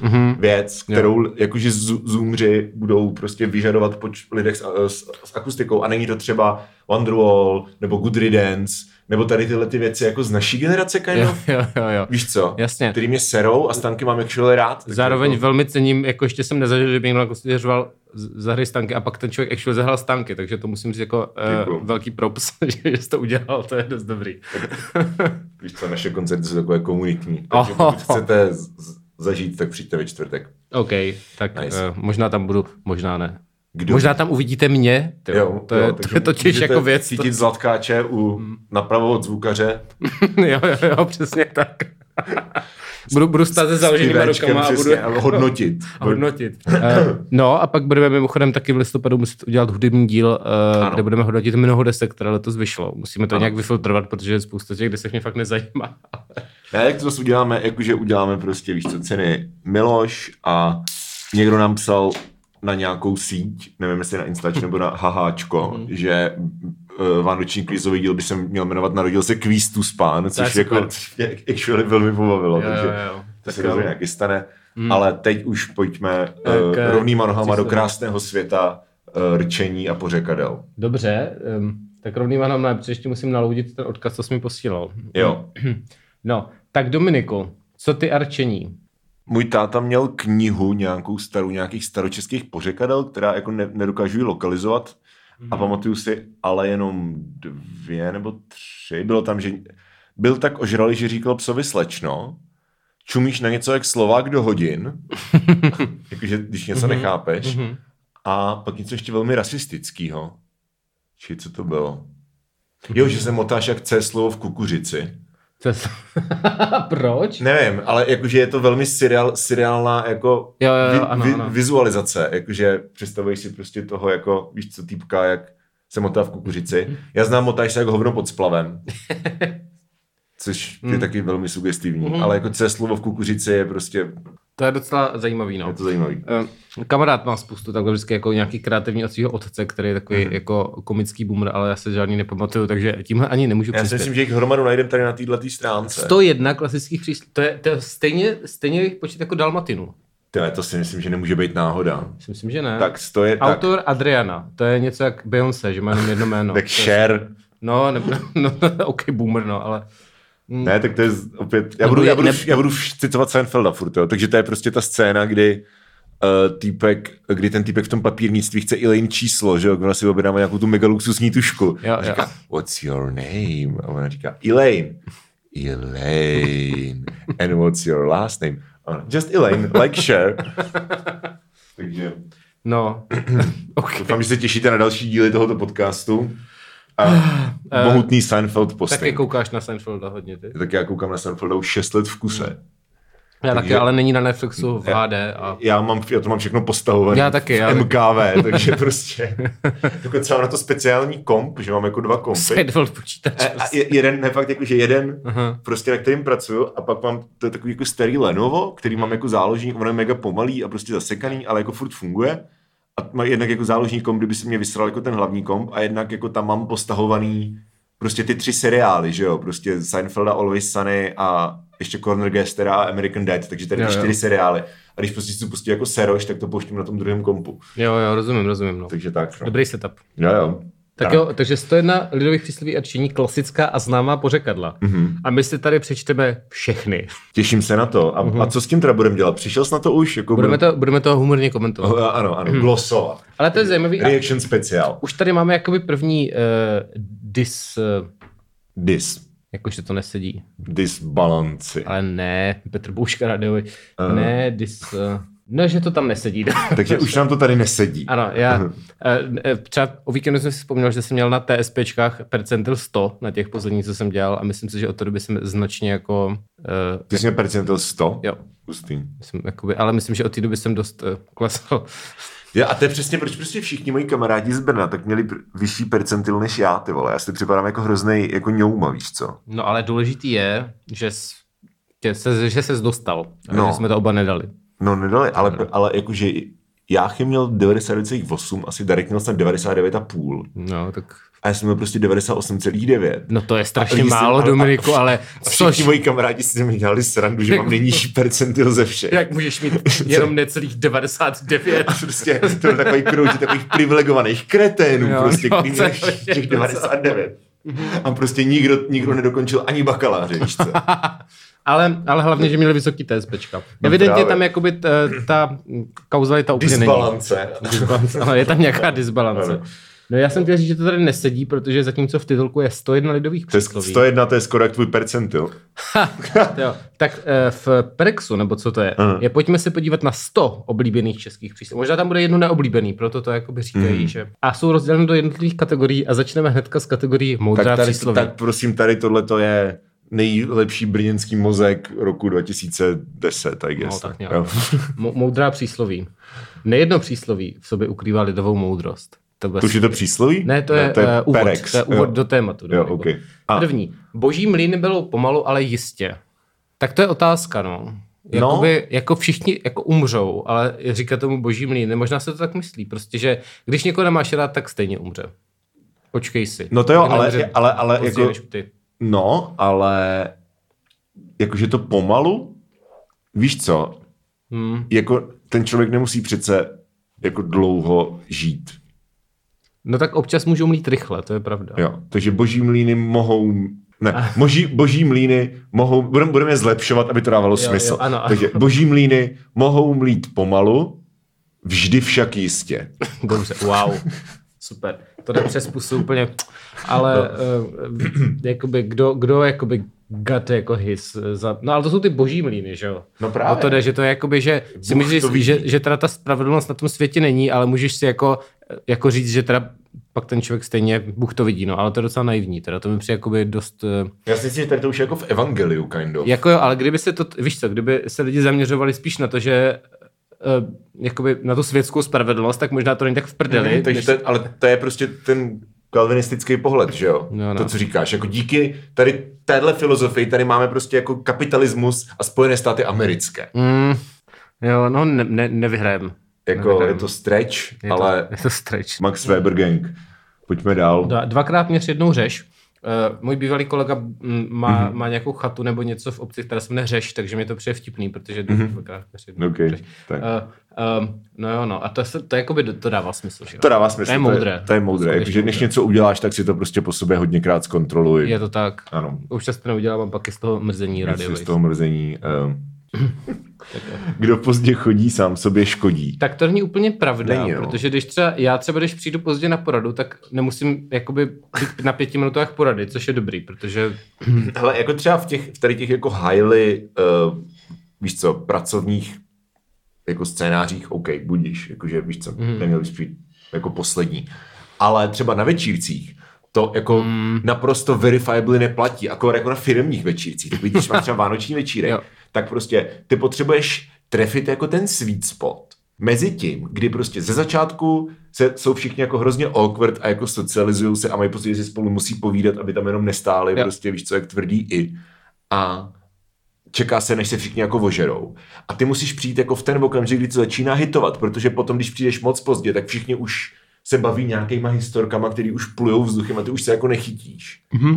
S2: Mhm.
S1: mm-hmm. věc, kterou jakože z- zoomři budou prostě vyžadovat po č- lidech s, s, s akustikou a není to třeba Wonderwall nebo Good Riddance, Nebo tady tyhle ty věci jako z naší generace, kind
S2: Jo,
S1: of,
S2: jo, jo, jo.
S1: víš co?
S2: Jasně.
S1: Který mě serou a stanky mám actually rád. tak
S2: Zároveň
S1: jako,
S2: velmi cením, jako ještě jsem nezažil, že by někdo jako stěžoval z- zahraj stanky a pak ten člověk actually zahrál stanky, takže to musím říct jako
S1: Děkuju.
S2: uh, velký props, (laughs) že, že jsi to udělal, to je dost dobrý.
S1: Víš co, naše koncerty jsou takové komunitní. Takže pokud chcete z- z- zažít, tak přijďte ve čtvrtek.
S2: OK, tak
S1: Nice.
S2: nice. uh, možná tam budu, možná ne.
S1: Kdo
S2: Kdo? Možná tam uvidíte mě, tyjo.
S1: Jo,
S2: to,
S1: jo,
S2: je, to
S1: takže
S2: je totiž
S1: můžete
S2: jako věc. Hmm. To,
S1: Cítit zlatkáče u napravo od zvukaře.
S2: (laughs) jo, jo, jo, přesně
S1: (laughs)
S2: tak. budu, budu stát se
S1: s
S2: založenýma
S1: pivečkem,
S2: rukama a budu
S1: přesně, ale hodnotit.
S2: (laughs) a hodnotit.
S1: (laughs)
S2: Eh, no a pak budeme mimochodem taky v listopadu muset udělat hudební díl, eh,
S1: Ano.
S2: kde budeme hodnotit mnoho desek, které letos vyšlo. Musíme to
S1: Ano.
S2: nějak vyfiltrovat, protože spousta těch desek mě fakt nezajímá.
S1: Ne, jak to zase uděláme, jakože uděláme prostě, víš co, ceny Miloš a někdo nám psal na nějakou síť, nevím jestli na Instač nebo na
S2: (laughs)
S1: Haháčko,
S2: Mhm.
S1: že uh, vánoční kvízový díl by se měl jmenovat Narodil se kvíz tu spán, což
S2: je
S1: jako
S2: super.
S1: což mě actually velmi pobavilo,
S2: Jo,
S1: No, takže
S2: jo, jo.
S1: to se
S2: Tak
S1: dávno
S2: jo. Hmm.
S1: nějaký stane. Ale teď už pojďme uh,
S2: Tak, eh,
S1: rovnýma nohama do
S2: příště.
S1: krásného světa uh, rčení a pořekadel.
S2: Dobře, um, tak rovný vám ne, protože ještě musím naloudit ten odkaz, co jsi mi posílal. Hmm.
S1: Jo.
S2: No, tak Dominiku, co ty arčení?
S1: Můj táta měl knihu nějakou starou, nějakých staročeských pořekadel, která jako ne, nedokážu ji lokalizovat.
S2: Hmm.
S1: A pamatuju si ale jenom dvě nebo tři. Bylo tam, že byl tak ožralý, že říkal psovi slečno, čumíš na něco jak Slovák do
S2: (laughs)
S1: hodin, jakože když něco nechápeš.
S2: Mhm.
S1: A pak něco ještě velmi rasistického. Či co to bylo? Jo, že se motáš jak C slovo v kukuřici.
S2: Co jsi... (laughs) Proč?
S1: Nevím, ale jakože je to velmi seriál, seriálná jako
S2: Jo, jo, jo, ano, ano.
S1: vizualizace, jakože představuješ si prostě toho jako, víš co, týpka, jak se motá v kukuřici. Já znám motáš se jako hovno pod (laughs) splavem. Což je taky velmi sugestivní, ale jako C slovo v kukuřici je prostě,
S2: To je docela zajímavý, no.
S1: je to zajímavý.
S2: Eh, Kamarád má spoustu takhle vždycky jako nějaký kreativní od svého otce, který je takový
S1: Mhm.
S2: mm-hmm. jako komický boomer, ale já se žádný nepamatuju, takže tímhle ani nemůžu
S1: Já si
S2: přispět.
S1: myslím, že jich hromadu najdem tady na této stránce.
S2: 101 klasických přístrojů, to je, to je stejně, stejně jejich počet jako Dalmatinu.
S1: Tyhle, to si myslím, že nemůže být náhoda.
S2: Si myslím, že ne.
S1: Tak, to je tak,
S2: Autor Adriana, to je něco jak Beyoncé, že má jenom jedno jméno.
S1: tak share.
S2: No, ne, (laughs) no, ok, boomer, no, ale
S1: Ne, tak to je z- opět... Já
S2: Nebo
S1: budu,
S2: je-
S1: já budu,
S2: ne-
S1: já budu vš- citovat Seinfelda furt, jo. Takže to je prostě ta scéna, kdy uh, týpek, kdy ten týpek v tom papírnictví chce i jen číslo, že jo, když si objednáme nějakou tu megaluxusní tušku.
S2: Jo,
S1: a říká,
S2: jo.
S1: what's your name? A ona říká, Elaine. Elaine. And what's your last name? A ona, Just Elaine, like
S2: (laughs)
S1: share. Takže
S2: no,
S1: (clears throat)
S2: ok.
S1: doufám, že se těšíte na další díly tohoto podcastu. A mohutný Seinfeld posting.
S2: Eh, Taky koukáš na Seinfelda hodně, ty.
S1: tak já koukám na Seinfelda už 6 let v kuse.
S2: Já taky, ale není na Netflixu v
S1: Já-
S2: HD a
S1: Já, mám, já to mám všechno postavované.
S2: Já taky,
S1: v
S2: já-
S1: MKV,
S2: (laughs)
S1: takže prostě. Dokonce mám na to speciální komp, že mám jako dva kompy.
S2: Seinfeld počítač.
S1: A, a je- jeden, ne fakt jako, že jeden, Aha. prostě na kterým pracuju a pak mám, to je takový jako starý Lenovo, který mám jako záložník, ono je mega pomalý a prostě zasekaný, ale jako furt funguje. A má jednak jako záložní komp, kdyby se mě vysral jako ten hlavní komp a jednak jako tam mám postahovaný prostě ty tři seriály, že jo, prostě Seinfelda, Always Sunny a ještě Corner Gastera a American Dad, takže tady ty
S2: Jo, jo.
S1: čtyři seriály. A když prostě si to pustí jako seroš, tak to pouštím na tom druhém kompu.
S2: Jo, jo, rozumím, rozumím, no.
S1: Takže eh. tak. No.
S2: Dobrý setup.
S1: Jo, jo.
S2: Tak jo, takže 101 lidových přísloví a činí klasická a známá pořekadla. Mm-hmm. A my si tady přečteme všechny.
S1: Mhm. Těším se na to. A, a co s tím teda budeme dělat? Přišel jsi na to už? Jako
S2: Mhm. Budeme to, budeme to humorně komentovat.
S1: Oh, ano, ano, glosovat.
S2: Hmm. Ale to je zajímavý. A
S1: Reaction speciál.
S2: už tady máme jakoby první uh, dis, uh,
S1: Dis.
S2: jakože to nesedí.
S1: Disbalanci.
S2: Ale ne, Petr Bouška radiovi.
S1: Eh.
S2: Uh. Ne, dis... Uh, no, že to tam nesedí.
S1: Takže už nám to tady nesedí.
S2: Ano, já eh, eh, třeba o víkendu jsem si vzpomněl, že jsem měl na TSPčkách percentil 100 na těch posledních, co jsem dělal a myslím si, že od té doby jsem značně jako, eh,
S1: Ty jsi měl percentil 100?
S2: jo,
S1: Hustý.
S2: jsem, jakoby, ale myslím, že od té doby jsem dost eh, klesal.
S1: Já, a to je přesně, proč prostě všichni moji kamarádi z Brna tak měli pr- vyšší percentil než já, ty vole. Já si připadám jako hrozný, jako ňouma, víš co?
S2: No ale důležitý je, že jsi, že se, že ses dostal,
S1: No.
S2: no. že jsme to oba nedali.
S1: No nedali, ale, ale jakože Jáchy měl 99,8, asi Darek měl snad 99,5.
S2: No, tak...
S1: A já jsem měl prostě 98,9.
S2: No to je strašně
S1: lidi si-
S2: málo,
S1: ale-
S2: Dominiku, ale
S1: A
S2: což,
S1: všichni moji kamarádi si mi dělali srandu, že mám nejnižší percentil ze všech.
S2: jak můžeš mít jenom necelých (laughs) 99?
S1: A (laughs) prostě to byl takový kroužek takových privilegovaných kreténů, jo,
S2: Jo,
S1: prostě,
S2: jo,
S1: který
S2: to je
S1: měli
S2: prostě
S1: těch 99. A prostě nikdo, nikdo nedokončil ani bakaláře, víš
S2: (laughs)
S1: co?
S2: Ale, ale hlavně, že měli vysoký TSPčka. Evidentně
S1: No právě.
S2: tam jakoby t, eh, ta kauzalita úplně
S1: Disbalance. (laughs)
S2: není. Disbalance. Ano, je tam nějaká disbalance.
S1: Ano.
S2: No já jsem chtěl říct, že to tady nesedí, protože zatímco v titulku je 101 lidových
S1: To je
S2: přísloví,
S1: 101, to je skoro jak tvůj percentil.
S2: jo, tak eh, v Prexu, nebo co to je,
S1: Aha.
S2: je pojďme se podívat na 100 oblíbených českých přísloví. Možná tam bude jedno neoblíbený, proto to jakoby říkají,
S1: Mhm.
S2: že... A jsou rozděleny do jednotlivých kategorií a začneme hnedka s kategorií moudrá
S1: Tak, tady,
S2: přísloví.
S1: tak prosím, tady tohle to je nejlepší brněnský mozek roku 2010, I guess.
S2: No, tak nějak.
S1: Jo.
S2: Mo- moudrá přísloví. Nejedno přísloví v sobě ukrývá lidovou moudrost. To bude
S1: To už je to přísloví?
S2: Ne, to je,
S1: to je
S2: eh, úvod,
S1: Perex.
S2: to je úvod
S1: jo.
S2: do tématu.
S1: Jo,
S2: dobrý bod.
S1: okay. A,
S2: První. Boží mlín bylo pomalu, ale jistě. Tak to je otázka, no. Jakoby, Jako všichni jako umřou, ale říká tomu boží mlín. Možná se to tak myslí, prostě, že když někoho nemáš rád, tak stejně umře. Počkej si.
S1: no to jo,
S2: Tak
S1: ale,
S2: neumře
S1: ale, ale
S2: později
S1: jako,
S2: než ty.
S1: no, ale jakože to pomalu, víš co,
S2: Hmm.
S1: jako ten člověk nemusí přece jako dlouho žít.
S2: No tak občas můžou mlít rychle, to je pravda.
S1: Jo. Takže boží mlíny mohou
S2: (laughs)
S1: ne, boží, boží mlíny mohou, budeme, budeme je zlepšovat, aby to dávalo
S2: jo,
S1: smysl.
S2: ano. (laughs)
S1: Takže boží mlíny mohou mlít pomalu, vždy však jistě.
S2: Dobře, wow. Super. To jde přes pusu úplně. Ale
S1: No.
S2: uh, jakoby, kdo, kdo jakoby got jako his za... No ale to jsou ty boží mlíny, že jo?
S1: No právě.
S2: O to jde, že to je jakoby, že si
S1: Bůh
S2: můžeš
S1: to
S2: říct,
S1: ví.
S2: že, že teda ta spravedlnost na tom světě není, ale můžeš si jako, jako říct, že teda pak ten člověk stejně, Bůh to vidí, no, ale to je docela naivní, teda to mi přijde jakoby dost, eh,
S1: Já si myslím, že tady to už je jako v evangeliu, kind of.
S2: jako jo, ale kdyby se to, víš co, kdyby se lidi zaměřovali spíš na to, že eh, jakoby na tu světskou spravedlnost, tak možná to není tak v prdeli.
S1: Mhm, takže
S2: než-
S1: to, je- ale to je prostě ten kalvinistický pohled, že jo?
S2: No, no.
S1: To, co říkáš. Jako díky tady téhle filozofii, tady máme prostě jako kapitalismus a Spojené státy americké.
S2: Mm, jo, no ne, ne, nevyhrajem.
S1: Jako je to stretch,
S2: je
S1: ale
S2: To, je to stretch.
S1: Max Weber gang. Pojďme dál.
S2: Dva- Dvakrát měř jednou řeš. Uh, můj bývalý kolega mm, má, mm-hmm.
S1: Mhm.
S2: má nějakou chatu nebo něco v obci, která se jmenuje Řeš, takže mi to přijde vtipný, protože mm-hmm. dvakrát měř jednou
S1: Okay,
S2: řeš.
S1: Mhm. tak.
S2: Uh, um, no jo, no. A to, se, to jakoby do- to dává smysl, že jo?
S1: To dává smysl.
S2: To je
S1: To
S2: moudré.
S1: je, to je moudré.
S2: Skutečně
S1: Jakože než
S2: moudré.
S1: něco uděláš, tak si to prostě po sobě hodněkrát zkontroluj.
S2: Je to tak.
S1: Ano.
S2: Občas to neudělám, a pak je z toho mrzení
S1: Něco
S2: radiový.
S1: Z toho mrzení.
S2: (laughs)
S1: ehm. Kdo pozdě chodí, sám sobě škodí.
S2: Tak to není úplně pravda,
S1: Není,
S2: není,
S1: no.
S2: protože když třeba, já třeba, když přijdu pozdě na poradu, tak nemusím jakoby být na pěti minutách porady, což je dobrý, protože
S1: Hele, jako třeba v těch, v tady těch jako highly, uh, víš co, pracovních jako scénářích, OK, budíš, jakože víš co,
S2: Mhm.
S1: mm. neměl bys být jako poslední. Ale třeba na večírcích, to jako mm. naprosto verifiably neplatí, jako, jako na firmních večírcích. Tak když
S2: (laughs)
S1: máš třeba vánoční
S2: Jo.
S1: večírek, tak prostě ty potřebuješ trefit jako ten sweet spot. Mezi tím, kdy prostě ze začátku se, jsou všichni jako hrozně awkward a jako socializují se a mají pocit, že si spolu musí povídat, aby tam jenom nestáli,
S2: Jo.
S1: prostě víš co, jak tvrdí i. A čeká se, než se všichni jako ožerou. A ty musíš přijít jako v ten okamžik, kdy to začíná hitovat, protože potom, když přijdeš moc pozdě, tak všichni už se baví nějakýma historkama, který už plujou vzduchem a ty už se jako nechytíš.
S2: Mhm,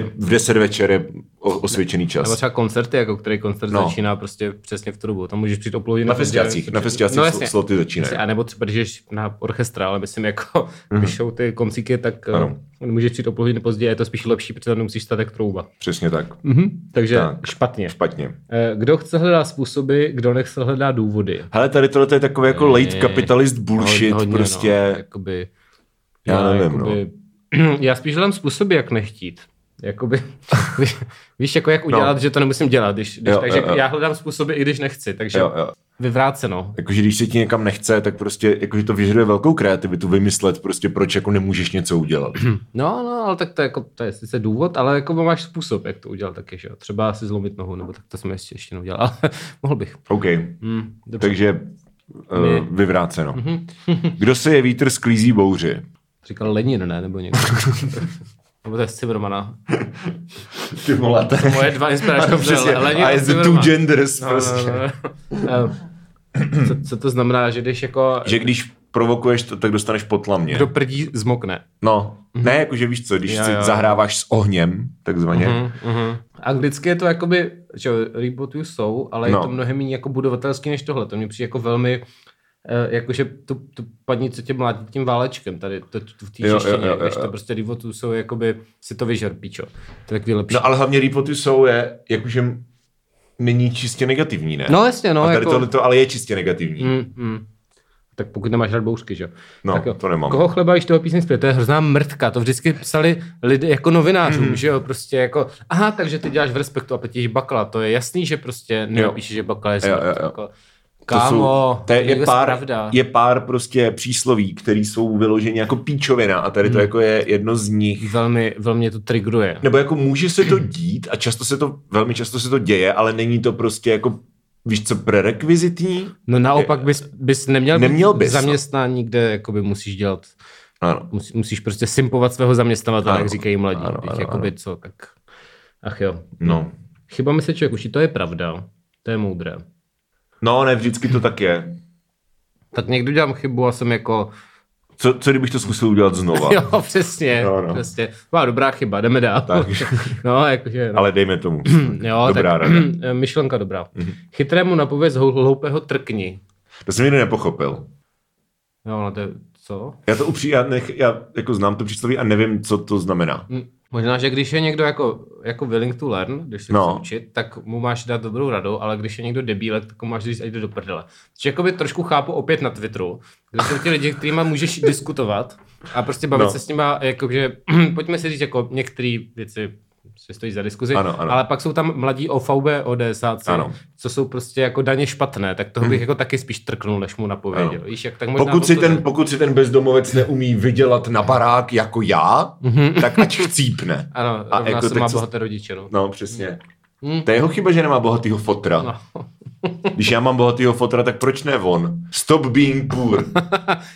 S1: Takže v 10 večer je o- osvědčený
S2: nebo
S1: čas.
S2: třeba koncerty, jako který koncert
S1: No.
S2: no. začíná prostě přesně v trubu. Tam můžeš přijít o půl hodiny.
S1: Na
S2: pozdě,
S1: festiácích,
S2: protože-
S1: na festiácích
S2: no,
S1: sl-
S2: jasně,
S1: sloty
S2: jasně.
S1: začínají.
S2: A nebo třeba, když jdeš na orchestra, ale myslím, jako mm-hmm. když jsou ty koncíky, tak
S1: Mhm. Ano.
S2: ano. můžeš přijít o půl hodiny později a je to spíš lepší, protože tam nemusíš stát jak trouba.
S1: Přesně tak.
S2: Mhm. Takže
S1: Tak.
S2: tak. špatně.
S1: Špatně.
S2: Eh, Kdo chce hledá způsoby, kdo nechce hledá důvody.
S1: Hele, tady tohle je takový jako late
S2: Eh,
S1: capitalist bullshit,
S2: Hodně,
S1: prostě.
S2: No, jakoby,
S1: Já nevím,
S2: no. (clears throat) Já spíš hledám způsoby, jak nechtít.
S1: (laughs)
S2: Jakoby, ví- víš, jako jak udělat, no. že to nemusím dělat, když, když
S1: Jo,
S2: jo, takže
S1: jo, jo.
S2: já hledám způsoby, i když nechci, takže
S1: Jo, jo.
S2: vyvráceno.
S1: Jakože když se ti někam nechce, tak prostě jakože to vyžaduje velkou kreativitu vymyslet prostě, proč jako nemůžeš něco udělat.
S2: No, no, ale tak to je, jako, to je sice důvod, ale jako máš způsob, jak to udělat taky, že jo. Třeba si zlomit nohu, nebo tak to jsem ještě, ještě neudělal, ale (laughs) mohl bych.
S1: OK, Hmm.
S2: Hm, dobře,
S1: takže
S2: My- Mhm.
S1: uh, vyvráceno.
S2: (laughs)
S1: Kdo se je vítr sklízí bouři?
S2: říkal Lenin, ne,
S1: (laughs)
S2: nebo někdo. nebo to je z Cibrmana.
S1: Ty vole, to
S2: (laughs)
S1: je
S2: Moje
S1: (laughs)
S2: dva inspirační
S1: No, přesně.
S2: Lenin
S1: A je the two
S2: Zimmerman.
S1: genders
S2: No,
S1: prostě.
S2: no, no. Eh, co, co to znamená, že když jako
S1: Že když provokuješ, to, tak dostaneš potlamě.
S2: kdo prdí, zmokne.
S1: No, ne, jakože víš co, když
S2: Jo,
S1: si
S2: jo. Mhm.
S1: zahráváš s ohněm, takzvaně,
S2: Anglicky je to jakoby, že jo, reboty jsou, ale no.
S1: No.
S2: je to mnohem méně jako budovatelský než tohle. To mě přijde jako velmi eh, jakože tu, tu paní, co tě mlátí tím válečkem tady, to, tu v té
S1: Jo, jo,
S2: češtině,
S1: jo, jo,
S2: než to
S1: jo.
S2: prostě rývotu jsou jakoby, si to vyžer, pičo. To je takový lepší.
S1: No ale hlavně repoty jsou je, jakože m- není čistě negativní, ne?
S2: No jasně, no,
S1: A tady
S2: jako-
S1: tohle to ale je čistě negativní. Mm.
S2: Mm, mm. Tak pokud nemáš rád bouřky, že jo?
S1: No,
S2: tak jo.
S1: to nemám.
S2: Koho chleba již toho písně zpět? To je hrozná mrtka. To vždycky psali lidé jako novinářům,
S1: Hmm.
S2: že jo? Prostě jako, aha, takže ty děláš v respektu a platíš bakla. To je jasný, že prostě nepíšeš, že bakla je
S1: Jo,
S2: smrt.
S1: jo, jo.
S2: Jako, kámo,
S1: to je, je, pár,
S2: pravda.
S1: je pár prostě přísloví, které jsou vyloženě jako píčovina a
S2: Mm.
S1: tady to jako je jedno z nich.
S2: Velmi, velmi to trigruje.
S1: Nebo jako může se to dít a často se to, velmi často se to děje, ale není to prostě jako, víš co, prerekvizitní?
S2: No naopak bys, bys neměl,
S1: Neměl
S2: být
S1: bys, no.
S2: zaměstnání, kde jakoby musíš dělat,
S1: Ano.
S2: musí, musíš prostě sympovat svého zaměstnavatele,
S1: Ano,
S2: jak říkají mladí.
S1: ano,
S2: Teď
S1: ano,
S2: jakoby co, tak... Ach jo,
S1: No.
S2: Chybami se člověk učí, to je pravda. To je moudré.
S1: No, ne, vždycky to tak je.
S2: Tak někdy dělám chybu a jsem jako,
S1: Co, co kdybych to zkusil udělat znova?
S2: (laughs) jo, přesně,
S1: Jo, no.
S2: přesně. Má dobrá chyba, jdeme dál.
S1: Tak.
S2: (laughs) No, jakože, no.
S1: Ale dejme tomu.
S2: (clears throat) jo,
S1: dobrá
S2: tak,
S1: rada.
S2: (clears throat)
S1: Mhm.
S2: myšlenka dobrá. Chytrému napověz hou- hloupého trkni.
S1: To jsem nikdy nepochopil.
S2: Jo, no to je, co?
S1: Já to upří, já, nech, já jako znám to přísloví a nevím, co to znamená.
S2: Hm, Možná, že když je někdo jako, jako willing to learn, když se no.
S1: No.
S2: chce učit, tak mu máš dát dobrou radu, ale když je někdo debílek, tak mu máš říct, ať jde do prdele. Což jakoby trošku chápu opět na Twitteru, kde jsou ti lidi,
S1: (laughs)
S2: kterýma můžeš diskutovat a prostě bavit no.
S1: No.
S2: se s nima, jakože, (clears throat) pojďme si říct, jako některé věci si stojí za diskuzi,
S1: Ano, ano.
S2: ale pak jsou tam mladí OVB, ODSáci,
S1: Ano. Mhm.
S2: co jsou prostě jako daně špatné, tak toho bych jako taky spíš trknul, než mu napověděl.
S1: Ano.
S2: Víš, jak, tak možná
S1: Pokud si,
S2: to-
S1: ten, pokud si ten bezdomovec neumí vydělat na barák jako já,
S2: Mhm.
S1: tak ať chcípne.
S2: Ano,
S1: A
S2: rovná
S1: jako
S2: se
S1: tak
S2: má
S1: co-
S2: bohaté rodiče, no.
S1: No, přesně.
S2: Hm.
S1: To je jeho chyba, že nemá bohatýho fotra.
S2: no.
S1: Když já mám bohatýho fotra, tak proč ne on? Stop being poor.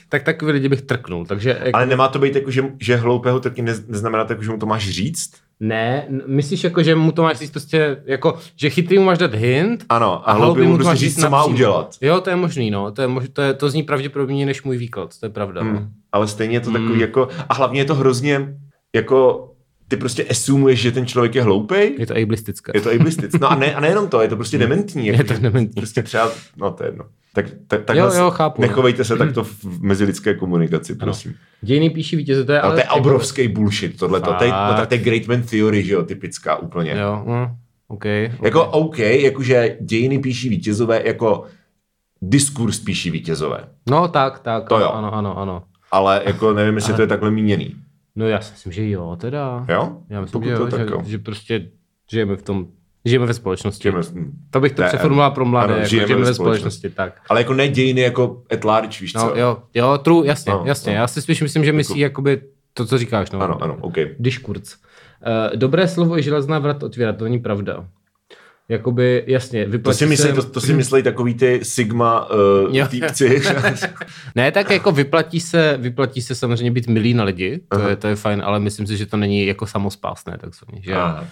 S2: tak takový lidi bych trknul, takže jako,
S1: Ale nemá to být jako, že, že hloupého taky nez- neznamená tak, že mu to máš říct?
S2: ne, n- myslíš jako, že mu to máš říct prostě, jako, že chytrý mu máš dát hint
S1: Ano, a hloupý mu
S2: to
S1: prostě říct, co má
S2: napřímo.
S1: udělat.
S2: Jo, to je možný, no, to, je mož, to, je, to zní pravděpodobně než můj výklad, to je pravda. Hmm.
S1: Hmm. Ale stejně je to takový jako, a hlavně je to hrozně, jako, ty prostě esumuješ, že ten člověk je hloupej?
S2: Je to ableistické.
S1: Je to ableistic. No a, ne, a nejenom to, je to prostě dementní.
S2: Je
S1: Jako,
S2: to
S1: že
S2: dementní.
S1: Prostě třeba, no to je jedno. Tak, tak, takhle
S2: jo, chápu.
S1: nechovejte se takto v v mezilidské komunikaci, prosím.
S2: Dějiny píší vítěze, to je
S1: No,
S2: ale... jako-
S1: to je obrovský bullshit, tohle. To je, no, tak to je Great Man Theory, že jo, typická úplně.
S2: Jo, no, OK.
S1: Jako OK, jakože dějiny píší vítězové, jako diskurs píší vítězové.
S2: No, tak, tak,
S1: To jo.
S2: ano, ano, ano.
S1: Ale jako nevím, jestli to je takhle míněný.
S2: No já si myslím, že jo, teda.
S1: Jo?
S2: Já myslím,
S1: Pokud
S2: že, jo,
S1: to tak jo.
S2: že, že, prostě žijeme v tom, žijeme ve společnosti.
S1: Žijeme- hm.
S2: To bych to
S1: Ne,
S2: přeformuloval pro mladé,
S1: ano,
S2: jako, žijeme, ve společnosti, tak.
S1: Ale jako ne dějiny jako at large, víš
S2: No,
S1: co?
S2: jo, jo, true, jasně, no,
S1: No,
S2: jasně. No.
S1: no.
S2: Já si spíš myslím, že myslí jakoby to, co říkáš. No.
S1: Ano, ano, OK.
S2: Když kurz. Uh, dobré slovo je železná vrat otvírat, to není pravda. Jakoby, jasně,
S1: To
S2: vyplatí
S1: si, myslí,
S2: se...
S1: to, to si myslí takový ty Sigma
S2: Prostě Jo.
S1: uh, týpci.
S2: Ne, tak jako vyplatí se, vyplatí se samozřejmě být milý na lidi, to, je, to je fajn, ale myslím si, že to není jako samospásné, takzvaně, že uh,
S1: Aha.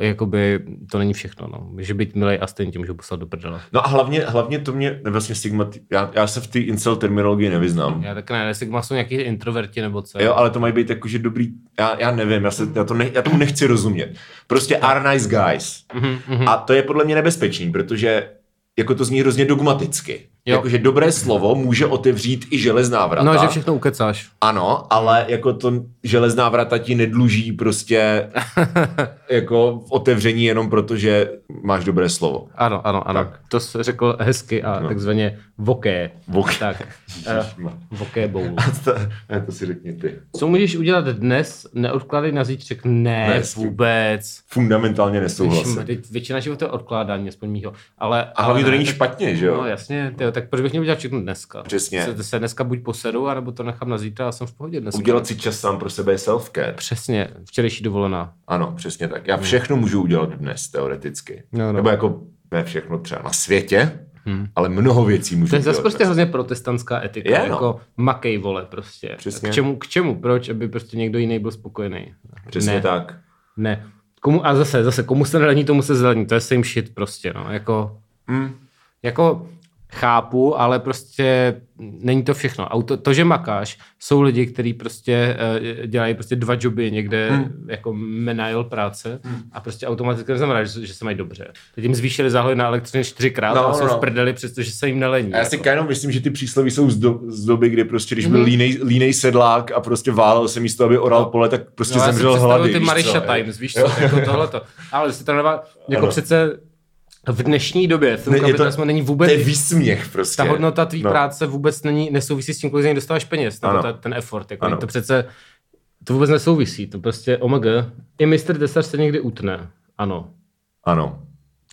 S2: jakoby to není všechno, no. Že být milý a stejně tě můžu poslat do prdele.
S1: no a hlavně, hlavně to mě, ne, vlastně Sigma, ty- já, já se v té incel terminologii nevyznám.
S2: Já tak ne, ne, Sigma jsou nějaký introverti nebo co.
S1: Jo, ale to mají být jakože dobrý, já, já nevím, já, se, já, to ne, já tomu nechci rozumět. Prostě are nice guys.
S2: Mhm,
S1: A to je podle mě nebezpečný, protože jako to zní hrozně dogmaticky.
S2: Jo.
S1: Jakože dobré slovo může otevřít i železná vrata.
S2: No, že všechno ukecáš. (laughs)
S1: Ano, ale jako to železná vrata ti nedluží prostě jako otevření jenom proto, že máš dobré slovo.
S2: Ano, ano, ano. Tak.
S1: Tak.
S2: To jsi řekl hezky a no. takzvaně voké.
S1: Voké. (laughs)
S2: Tak, eh, voké boulu.
S1: to, ne, to si řekni ty.
S2: Co můžeš udělat dnes? Neodkládej na zítřek. Ne,
S1: Ne,
S2: ne
S1: s tím
S2: vůbec.
S1: Fundamentálně
S2: Ježiš,
S1: nesouhlasím.
S2: teď Většina života je odkládání, aspoň mýho. Ale,
S1: A hlavně to
S2: ale ne,
S1: není
S2: tak-
S1: špatně, že jo?
S2: No jasně, tyjo, tak proč bych měl udělat všechno dneska?
S1: Přesně.
S2: Se, se dneska buď posedu, anebo to nechám na zítra a jsem v pohodě dneska.
S1: Udělat si čas sám pro sebe je self-care.
S2: Přesně, včerejší dovolená.
S1: Ano, přesně tak. Já všechno můžu udělat dnes, teoreticky.
S2: No, no.
S1: Nebo jako ne všechno třeba na světě, ale mnoho věcí můžu
S2: To je
S1: udělat
S2: zase prostě
S1: dnes.
S2: hrozně protestantská etika,
S1: Je, no.
S2: jako makej vole prostě.
S1: Přesně.
S2: K čemu, k čemu, proč, aby prostě někdo jiný byl spokojený.
S1: Přesně
S2: ne.
S1: tak.
S2: Ne. Komu, a zase, zase, komu se nelení, tomu se zelení. To je same shit prostě, no. Jako, mm. jako chápu, ale prostě není to všechno. A to, to že makáš, jsou lidi, kteří prostě eh, dělají prostě dva joby někde
S1: Mm.
S2: hmm. jako menajl práce hmm. a prostě automaticky neznamená, že, že se mají dobře. Teď jim zvýšili záhled na elektřině čtyřikrát
S1: No,
S2: no, a jsou
S1: no.
S2: no. v prdeli, přestože se jim nelení.
S1: A já si jako. jenom myslím, že ty přísloví jsou z, do, z doby, kdy prostě, když
S2: Mhm.
S1: byl línej, línej sedlák a prostě válel se místo, aby oral pole, tak prostě
S2: No. já si
S1: zemřel
S2: představuju
S1: hlady.
S2: ty
S1: víš
S2: Marisha
S1: co?
S2: Times, víš co, jako tohleto. Ale se trénoval, jako
S1: Ano.
S2: přece v dnešní době film
S1: Ne, je to-
S2: kapitalismu není
S1: To
S2: vůbec
S1: je výsměch prostě.
S2: ta hodnota tvý
S1: No.
S2: no. práce vůbec není, nesouvisí s tím, kolik z něj dostáváš peněz, nebo
S1: Ano.
S2: ta, ten effort. Jako
S1: Ano.
S2: to přece, to vůbec nesouvisí, to prostě omg. I mistr Desař se někdy utne. Ano,
S1: Ano,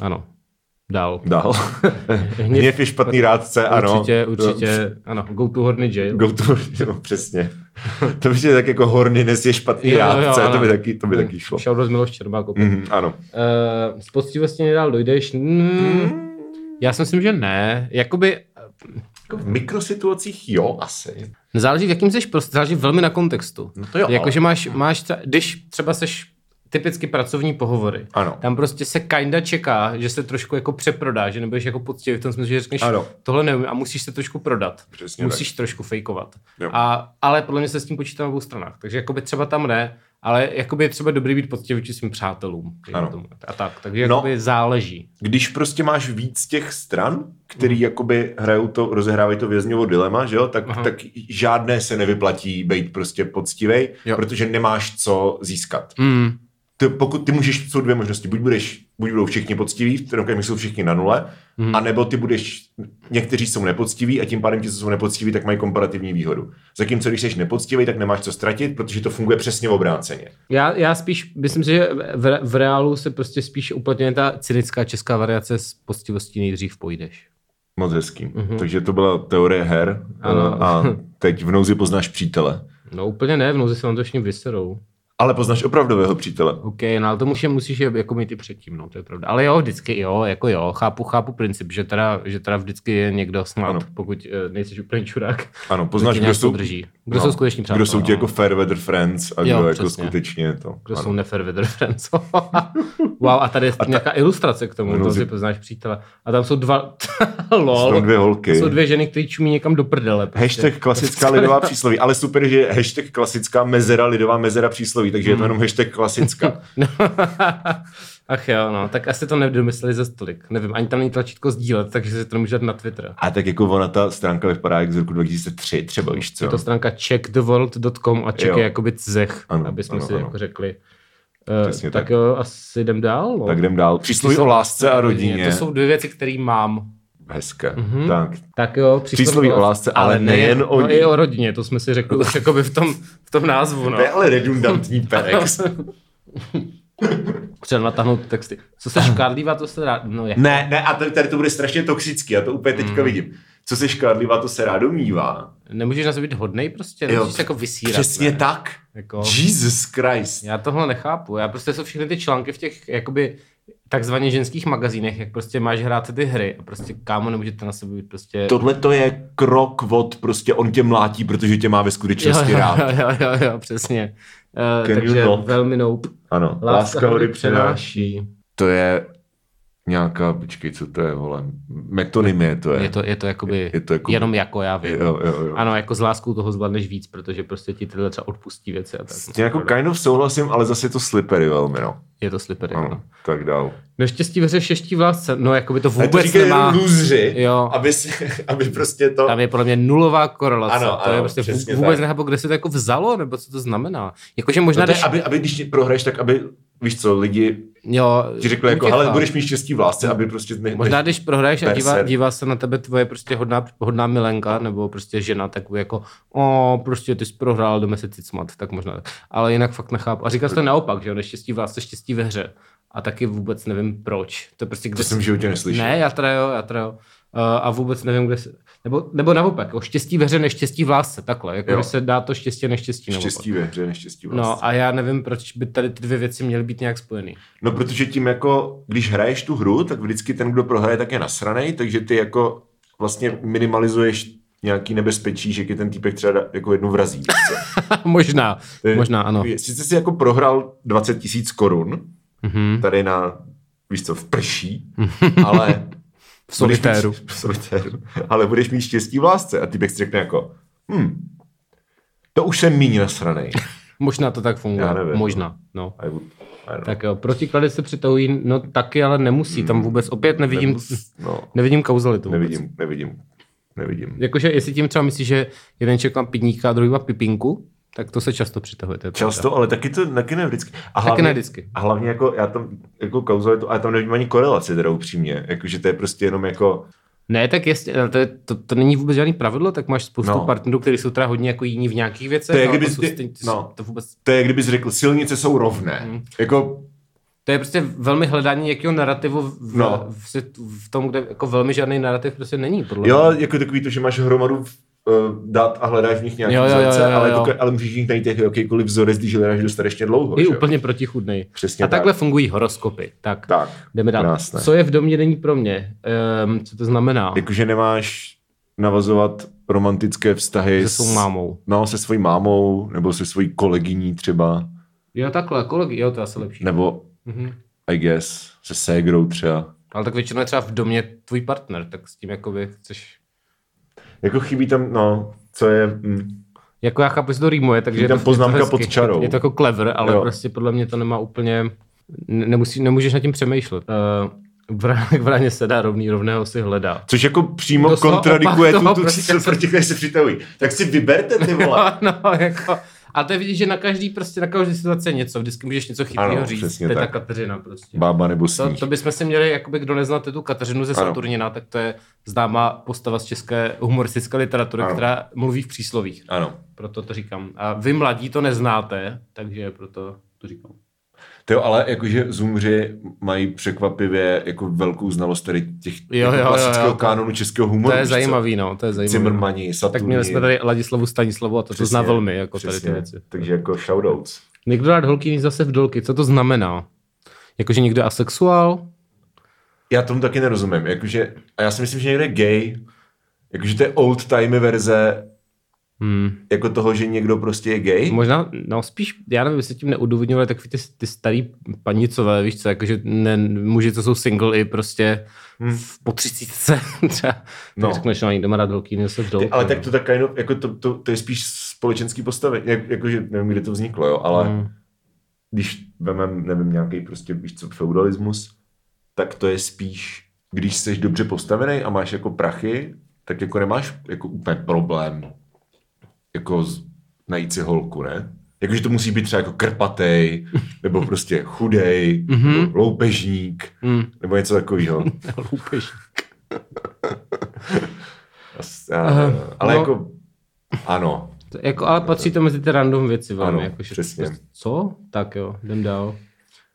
S2: ano. Dál. (laughs)
S1: dál. Hněv je špatný rádce, ano.
S2: Určitě, určitě, ano, go to horny jail.
S1: Go to, no, přesně. To by tě tak jako horny nes je špatný jo, rádce, jo, jo, to,
S2: ano.
S1: by taky, to by taky šlo.
S2: Shoutout Miloš Čermák opět.
S1: Mhm, ano.
S2: Eh, z poctivosti nedál dojdeš? Mm, já si myslím, že ne. Jakoby
S1: Jako v mikrosituacích jo, asi.
S2: Záleží, v jakým jsi prostě, záleží velmi na kontextu. No
S1: to jo, ale-
S2: Jakože máš, máš třeba, když třeba seš typicky pracovní pohovory,
S1: Ano.
S2: tam prostě se kinda čeká, že se trošku jako přeprodá, že nebudeš jako poctivý v tom smyslu, že řekneš,
S1: Ano.
S2: tohle neumím a musíš se trošku prodat.
S1: Přesně
S2: musíš trošku fejkovat.
S1: Jo.
S2: A, ale podle mě se s tím počítá na obou stranách, takže jakoby třeba tam ne, ale jakoby je třeba dobrý být poctivý vůči svým přátelům. dejme
S1: Ano.
S2: tomu. A tak, takže
S1: No.
S2: jakoby záleží.
S1: Když prostě máš víc těch stran,
S2: Mhm.
S1: který jakoby hrajou to, rozehrávají to vězňovo dilema, že jo, tak,
S2: Aha.
S1: tak žádné se nevyplatí být prostě poctivej,
S2: Jo.
S1: protože nemáš co získat.
S2: Mm.
S1: Ty, pokud ty můžeš, jsou dvě možnosti, buď, budeš, buď budou všichni poctiví, v ten okamžik jsou všichni na nule,
S2: Mhm.
S1: hmm. anebo ty budeš, někteří jsou nepoctiví a tím pádem ti, co jsou nepoctiví, tak mají komparativní výhodu. Zatímco když jsi nepoctivý, tak nemáš co ztratit, protože to funguje přesně obráceně.
S2: Já, já spíš, myslím si, že v, re- v reálu se prostě spíš uplatňuje ta cynická česká variace s poctivostí nejdřív pojdeš.
S1: Moc hezký.
S2: Mhm.
S1: Mm-hmm. Takže to byla teorie her ano. a
S2: (laughs)
S1: teď v nouzi poznáš přítele.
S2: No úplně ne, v nouzi se vám to ještě vyserou.
S1: Ale poznáš opravdového přítele.
S2: OK, no ale to musíš, musíš je jako mít i předtím, no to je pravda. Ale jo, vždycky jo, jako jo, chápu, chápu princip, že teda, že teda vždycky je někdo snad,
S1: Ano.
S2: ano. pokud eh, nejsi úplně čurák.
S1: Ano, poznáš,
S2: tě
S1: kdo
S2: nějak
S1: jsou,
S2: podrží. Kdo jsou skuteční přátelé,
S1: Kdo jsou ti
S2: no.
S1: jako fair weather friends a kdo
S2: Jo,
S1: jako
S2: přesně.
S1: skutečně to.
S2: Kdo
S1: ano.
S2: jsou nefair weather friends. (laughs) wow, a tady je nějaká ilustrace k tomu,
S1: V
S2: to
S1: nouzi-
S2: si poznáš přítele. A tam jsou dva, (laughs) lol,
S1: Jsou dvě holky.
S2: jsou dvě ženy, které čumí někam do prdele. prostě.
S1: Hashtag klasická lidová přísloví, ale super, že je hashtag klasická mezera, lidová mezera přísloví, takže
S2: Mhm.
S1: je to jenom hashtag
S2: (laughs)
S1: klasická.
S2: No, (laughs) Ach jo, no, tak asi to nedomysleli za stolik. Nevím, ani tam není tlačítko sdílet, takže si to můžete na Twitter.
S1: A tak jako ona, ta stránka vypadá jak z roku 2003 třeba, víš co?
S2: Je to stránka checktheworld.com a check
S1: Jo.
S2: je jakoby cech,
S1: Ano,
S2: ano, aby jsme
S1: ano,
S2: si
S1: ano.
S2: jako řekli. Eh,
S1: Přesně
S2: tak,
S1: tak.
S2: jo, asi jdem dál. No.
S1: Tak jdem dál. Přísloví o lásce a rodině.
S2: To jsou Mhm. dvě věci, které mám.
S1: Hezké. Tak.
S2: Tak jo,
S1: Přísloví o lásce, ale nejen o
S2: no,
S1: ní.
S2: i o rodině, to jsme si řekli už jakoby v tom, v tom názvu.
S1: (laughs)
S2: No.
S1: To je ale
S2: (laughs)
S1: redundantní perex.
S2: Třeba natáhnout texty. Co se škádlívá, to se dá. No je.
S1: Ne, ne, a tady, tady to bude strašně toxický, já to úplně teďka
S2: Hmm.
S1: vidím. Co se škádlivá, to se rádo mívá.
S2: Nemůžeš na sebe být hodnej prostě, nemůžeš se jako vysírat.
S1: Přesně
S2: ne?
S1: tak.
S2: Jako-
S1: Jesus Christ.
S2: Já tohle nechápu. Já prostě jsou všechny ty články v těch jakoby takzvaně ženských magazínech, jak prostě máš hrát ty hry a prostě kámo nemůžete na sebe být prostě...
S1: Tohle to je krok od prostě on tě mlátí, protože tě má ve
S2: jo,
S1: skutečnosti
S2: jo,
S1: rád.
S2: jo, jo, jo, jo, přesně. Uh,
S1: Can you
S2: takže
S1: not?
S2: velmi nope.
S1: Ano, To je nějaká, počkej, co to je, vole, metonymie to je.
S2: Je to, je to jakoby,
S1: Je to jakoby-
S2: jenom jako já vím.
S1: Jo, jo, jo.
S2: Ano, jako s láskou toho zvládneš víc, protože prostě ti tyhle třeba odpustí věci a tak.
S1: S tím jako kind of souhlasím, ale zase je to slippery velmi, no.
S2: Je to slippery.
S1: Ano,
S2: No.
S1: tak dál.
S2: Neštěstí ve hře šeští v lásce. No, jako by to
S1: A to
S2: vůbec
S1: říkají
S2: nemá...
S1: jenom lůzři,
S2: Jo.
S1: aby, si, (laughs) aby prostě to...
S2: Tam je podle mě nulová korelace.
S1: Ano,
S2: Ano, to
S1: ano,
S2: je prostě
S1: přesně
S2: vů- vůbec
S1: tak.
S2: nechápu, kde se to jako vzalo, nebo co to znamená. Jakože možná,
S1: No to je,
S2: když...
S1: aby, aby když prohraješ, tak aby, víš co, lidi
S2: jo,
S1: ti řekli jako,
S2: utěchá.
S1: hele, budeš mít štěstí v lásce, aby prostě... Ne,
S2: Možná, když prohraješ a dívá,
S1: Berserk.
S2: dívá se na tebe tvoje prostě hodná, hodná milenka, nebo prostě žena, tak bude jako, o, prostě ty jsi prohrál, jdeme se cicmat, tak možná. tak. Ale jinak fakt nechápu. A říká se to naopak, že jo, neštěstí v lásce, štěstí ve hře. A taky vůbec nevím proč. To je prostě kde
S1: To jsem v životě neslyšel.
S2: Ne, já teda jo, já teda jo. Uh, a vůbec nevím, kde se... Nebo, nebo naopak, jako štěstí ve hře, neštěstí v lásce, takhle. Jako
S1: Jo.
S2: by se dá to štěstí a neštěstí. naopak.
S1: Štěstí ve hře, neštěstí v lásce.
S2: No a já nevím, proč by tady ty dvě věci měly být nějak spojený. (laughs)
S1: No protože tím jako, když hraješ tu hru, tak vždycky ten, kdo prohraje, tak je nasranej, takže ty jako vlastně minimalizuješ nějaký nebezpečí, že ti ten týpek třeba da- jako jednu vrazí. víš co?
S2: možná,
S1: Eh,
S2: možná ano.
S1: Sice si jako prohrál 20 tisíc korun
S2: Mhm. (laughs)
S1: tady na, víš co, v prší, ale
S2: V solitéru.
S1: Budeš mít, v solitéru. Ale budeš mít štěstí v lásce. A týpek si řekne jako, hm, to už jsem míň nasranej.
S2: Možná to tak
S1: Já
S2: funguje.
S1: nevím.
S2: Možná, no.
S1: I would, I don't know.
S2: Tak jo, protiklady se přitahují, no taky, ale nemusí. Tam vůbec opět nevidím,
S1: Nemus- no,
S2: nevidím kauzalitu. vůbec.
S1: nevidím, nevidím, nevidím.
S2: Jakože jestli tím třeba myslíš, že jeden člověk má pitníka a druhý má pipinku, tak to se často přitahuje. to je pravda.
S1: Často, ale taky to taky ne vždycky. A hlavně,
S2: ne vždycky.
S1: A hlavně jako, já tam jako kauzalitu, ale tam nevidím ani korelaci teda upřímně. Jakože to je prostě jenom jako,
S2: Ne, tak jasně, ale to, je, to, to, není vůbec žádný pravidlo, tak máš spoustu
S1: No.
S2: no. partnerů, kteří jsou teda hodně jako jiní v nějakých věcech.
S1: To je,
S2: ale
S1: kdyby
S2: jsou
S1: ty-
S2: stejně- ty-
S1: no.
S2: to, vůbec,
S1: to je kdybys řekl, silnice jsou rovné. Hmm.
S2: Mhm.
S1: Jako,
S2: to je prostě velmi hledání jakého narrativu v,
S1: No.
S2: no. v, svět- v, tom, kde jako velmi žádný narrativ prostě není. Podle
S1: jo,
S2: mě.
S1: jako takový to, že máš hromadu uh, dat a hledáš v nich nějaký
S2: Jo, jo, jo,
S1: vzorce,
S2: jo, jo,
S1: ale, jako,
S2: jo.
S1: ale můžeš v nich najít jakýkoliv vzorec, když hledáš dostatečně dlouho. Jako,
S2: Je
S1: že jo?
S2: úplně protichudnej.
S1: Přesně
S2: a takhle
S1: tak.
S2: fungují horoskopy. Tak,
S1: Tak,
S2: jdeme dál.
S1: krásné.
S2: Co je v domě není pro mě? Ehm, co to znamená?
S1: Jakože nemáš navazovat romantické vztahy
S2: Se
S1: s-
S2: svou mámou.
S1: No, se svojí mámou, nebo se svojí kolegyní třeba,
S2: Jo, takhle, kolegy, jo, to je asi lepší.
S1: nebo
S2: Mhm.
S1: I guess, se ségrou třeba.
S2: Ale tak většinou je třeba v domě tvůj partner, tak s tím jakoby chceš...
S1: Jako chybí tam, no, co je... Mm,
S2: Jako já chápu, že se to rýmuje, takže
S1: Je tam
S2: je to-
S1: poznámka
S2: je to hezky.
S1: pod čarou.
S2: Je to jako clever, ale
S1: Jo.
S2: jo. prostě podle mě to nemá úplně... ne- Nemusí, nemůžeš nad tím přemýšlet. Uh, (laughs) vráně, vráně se dá rovný, rovného si hledá.
S1: což jako přímo
S2: Doslova
S1: kontradikuje
S2: opak
S1: tu,
S2: toho,
S1: tu
S2: prostě-
S1: co proti které se přitahují. Tak si vyberte ty
S2: (laughs)
S1: vole.
S2: No, no, jako... A to je vidět, že na každý prostě, na každý situaci je něco. Vždycky můžeš něco
S1: Ano,
S2: chytrého říct. To
S1: přesně
S2: je ta
S1: tak.
S2: Kateřina prostě.
S1: Bába nebo
S2: To,
S1: sníh.
S2: to bychom si měli, jakoby, kdo neznáte tu Kateřinu ze
S1: Ano.
S2: Saturnina, tak to je známá postava z české humoristické literatury,
S1: Ano.
S2: která mluví v příslovích.
S1: Ano.
S2: Proto to říkám. A vy mladí to neznáte, takže proto to říkám.
S1: To jo, ale jakože Zumři mají překvapivě jako velkou znalost tady těch
S2: Jo,
S1: jako
S2: jo, jo,
S1: klasického
S2: jo.
S1: kanonu českého
S2: To
S1: humoru.
S2: je
S1: víš co?
S2: zajímavý, no, to je zajímavý.
S1: Cimrmani, Saturni.
S2: Tak měli jsme tady Ladislavu Stanislavu a to, to zná velmi, jako tady ty
S1: přesně.
S2: věci.
S1: Takže jako shoutouts.
S2: Někdo rád holky jiný zase v dolky, co to znamená? Jakože někdo je asexuál?
S1: Já tomu taky nerozumím. Jakože, a já si myslím, že někde je gay, jakože to je old timey verze
S2: Hmm.
S1: jako toho, že někdo prostě je gay.
S2: Možná, no spíš, já nevím, jestli tím neudůvodňovali takový ty, ty starý panicové, víš co, jakože ne, muži, co jsou single i prostě v, po třicítce (laughs) třeba.
S1: Hmm. No.
S2: No. Tak řekneš, no někdo má rád holky jiný zase v dolky.
S1: Ty, ale tak
S2: no.
S1: to tak kind of, jako to, to, to, je spíš společenský postavení, jak, jakože nevím, kde to vzniklo, jo, ale
S2: Hmm.
S1: když vemem, nevím, nějaký prostě, víš co, feudalismus, tak to je spíš, když jsi dobře postavený a máš jako prachy, tak jako nemáš jako úplně problém jako z, najít si holku, ne? Jakože to musí být třeba jako
S2: (laughs)
S1: krpatej, nebo prostě chudej,
S2: Mhm.
S1: nebo loupežník,
S2: Mm.
S1: nebo něco
S2: (laughs)
S1: takového.
S2: Loupež.
S1: Ale
S2: no.
S1: jako, ano,
S2: To- Jako, ale patří to mezi ty random věci velmi.
S1: Ano,
S2: jako, že
S1: přesně.
S2: prostě- Co? Tak jo, jdem dál.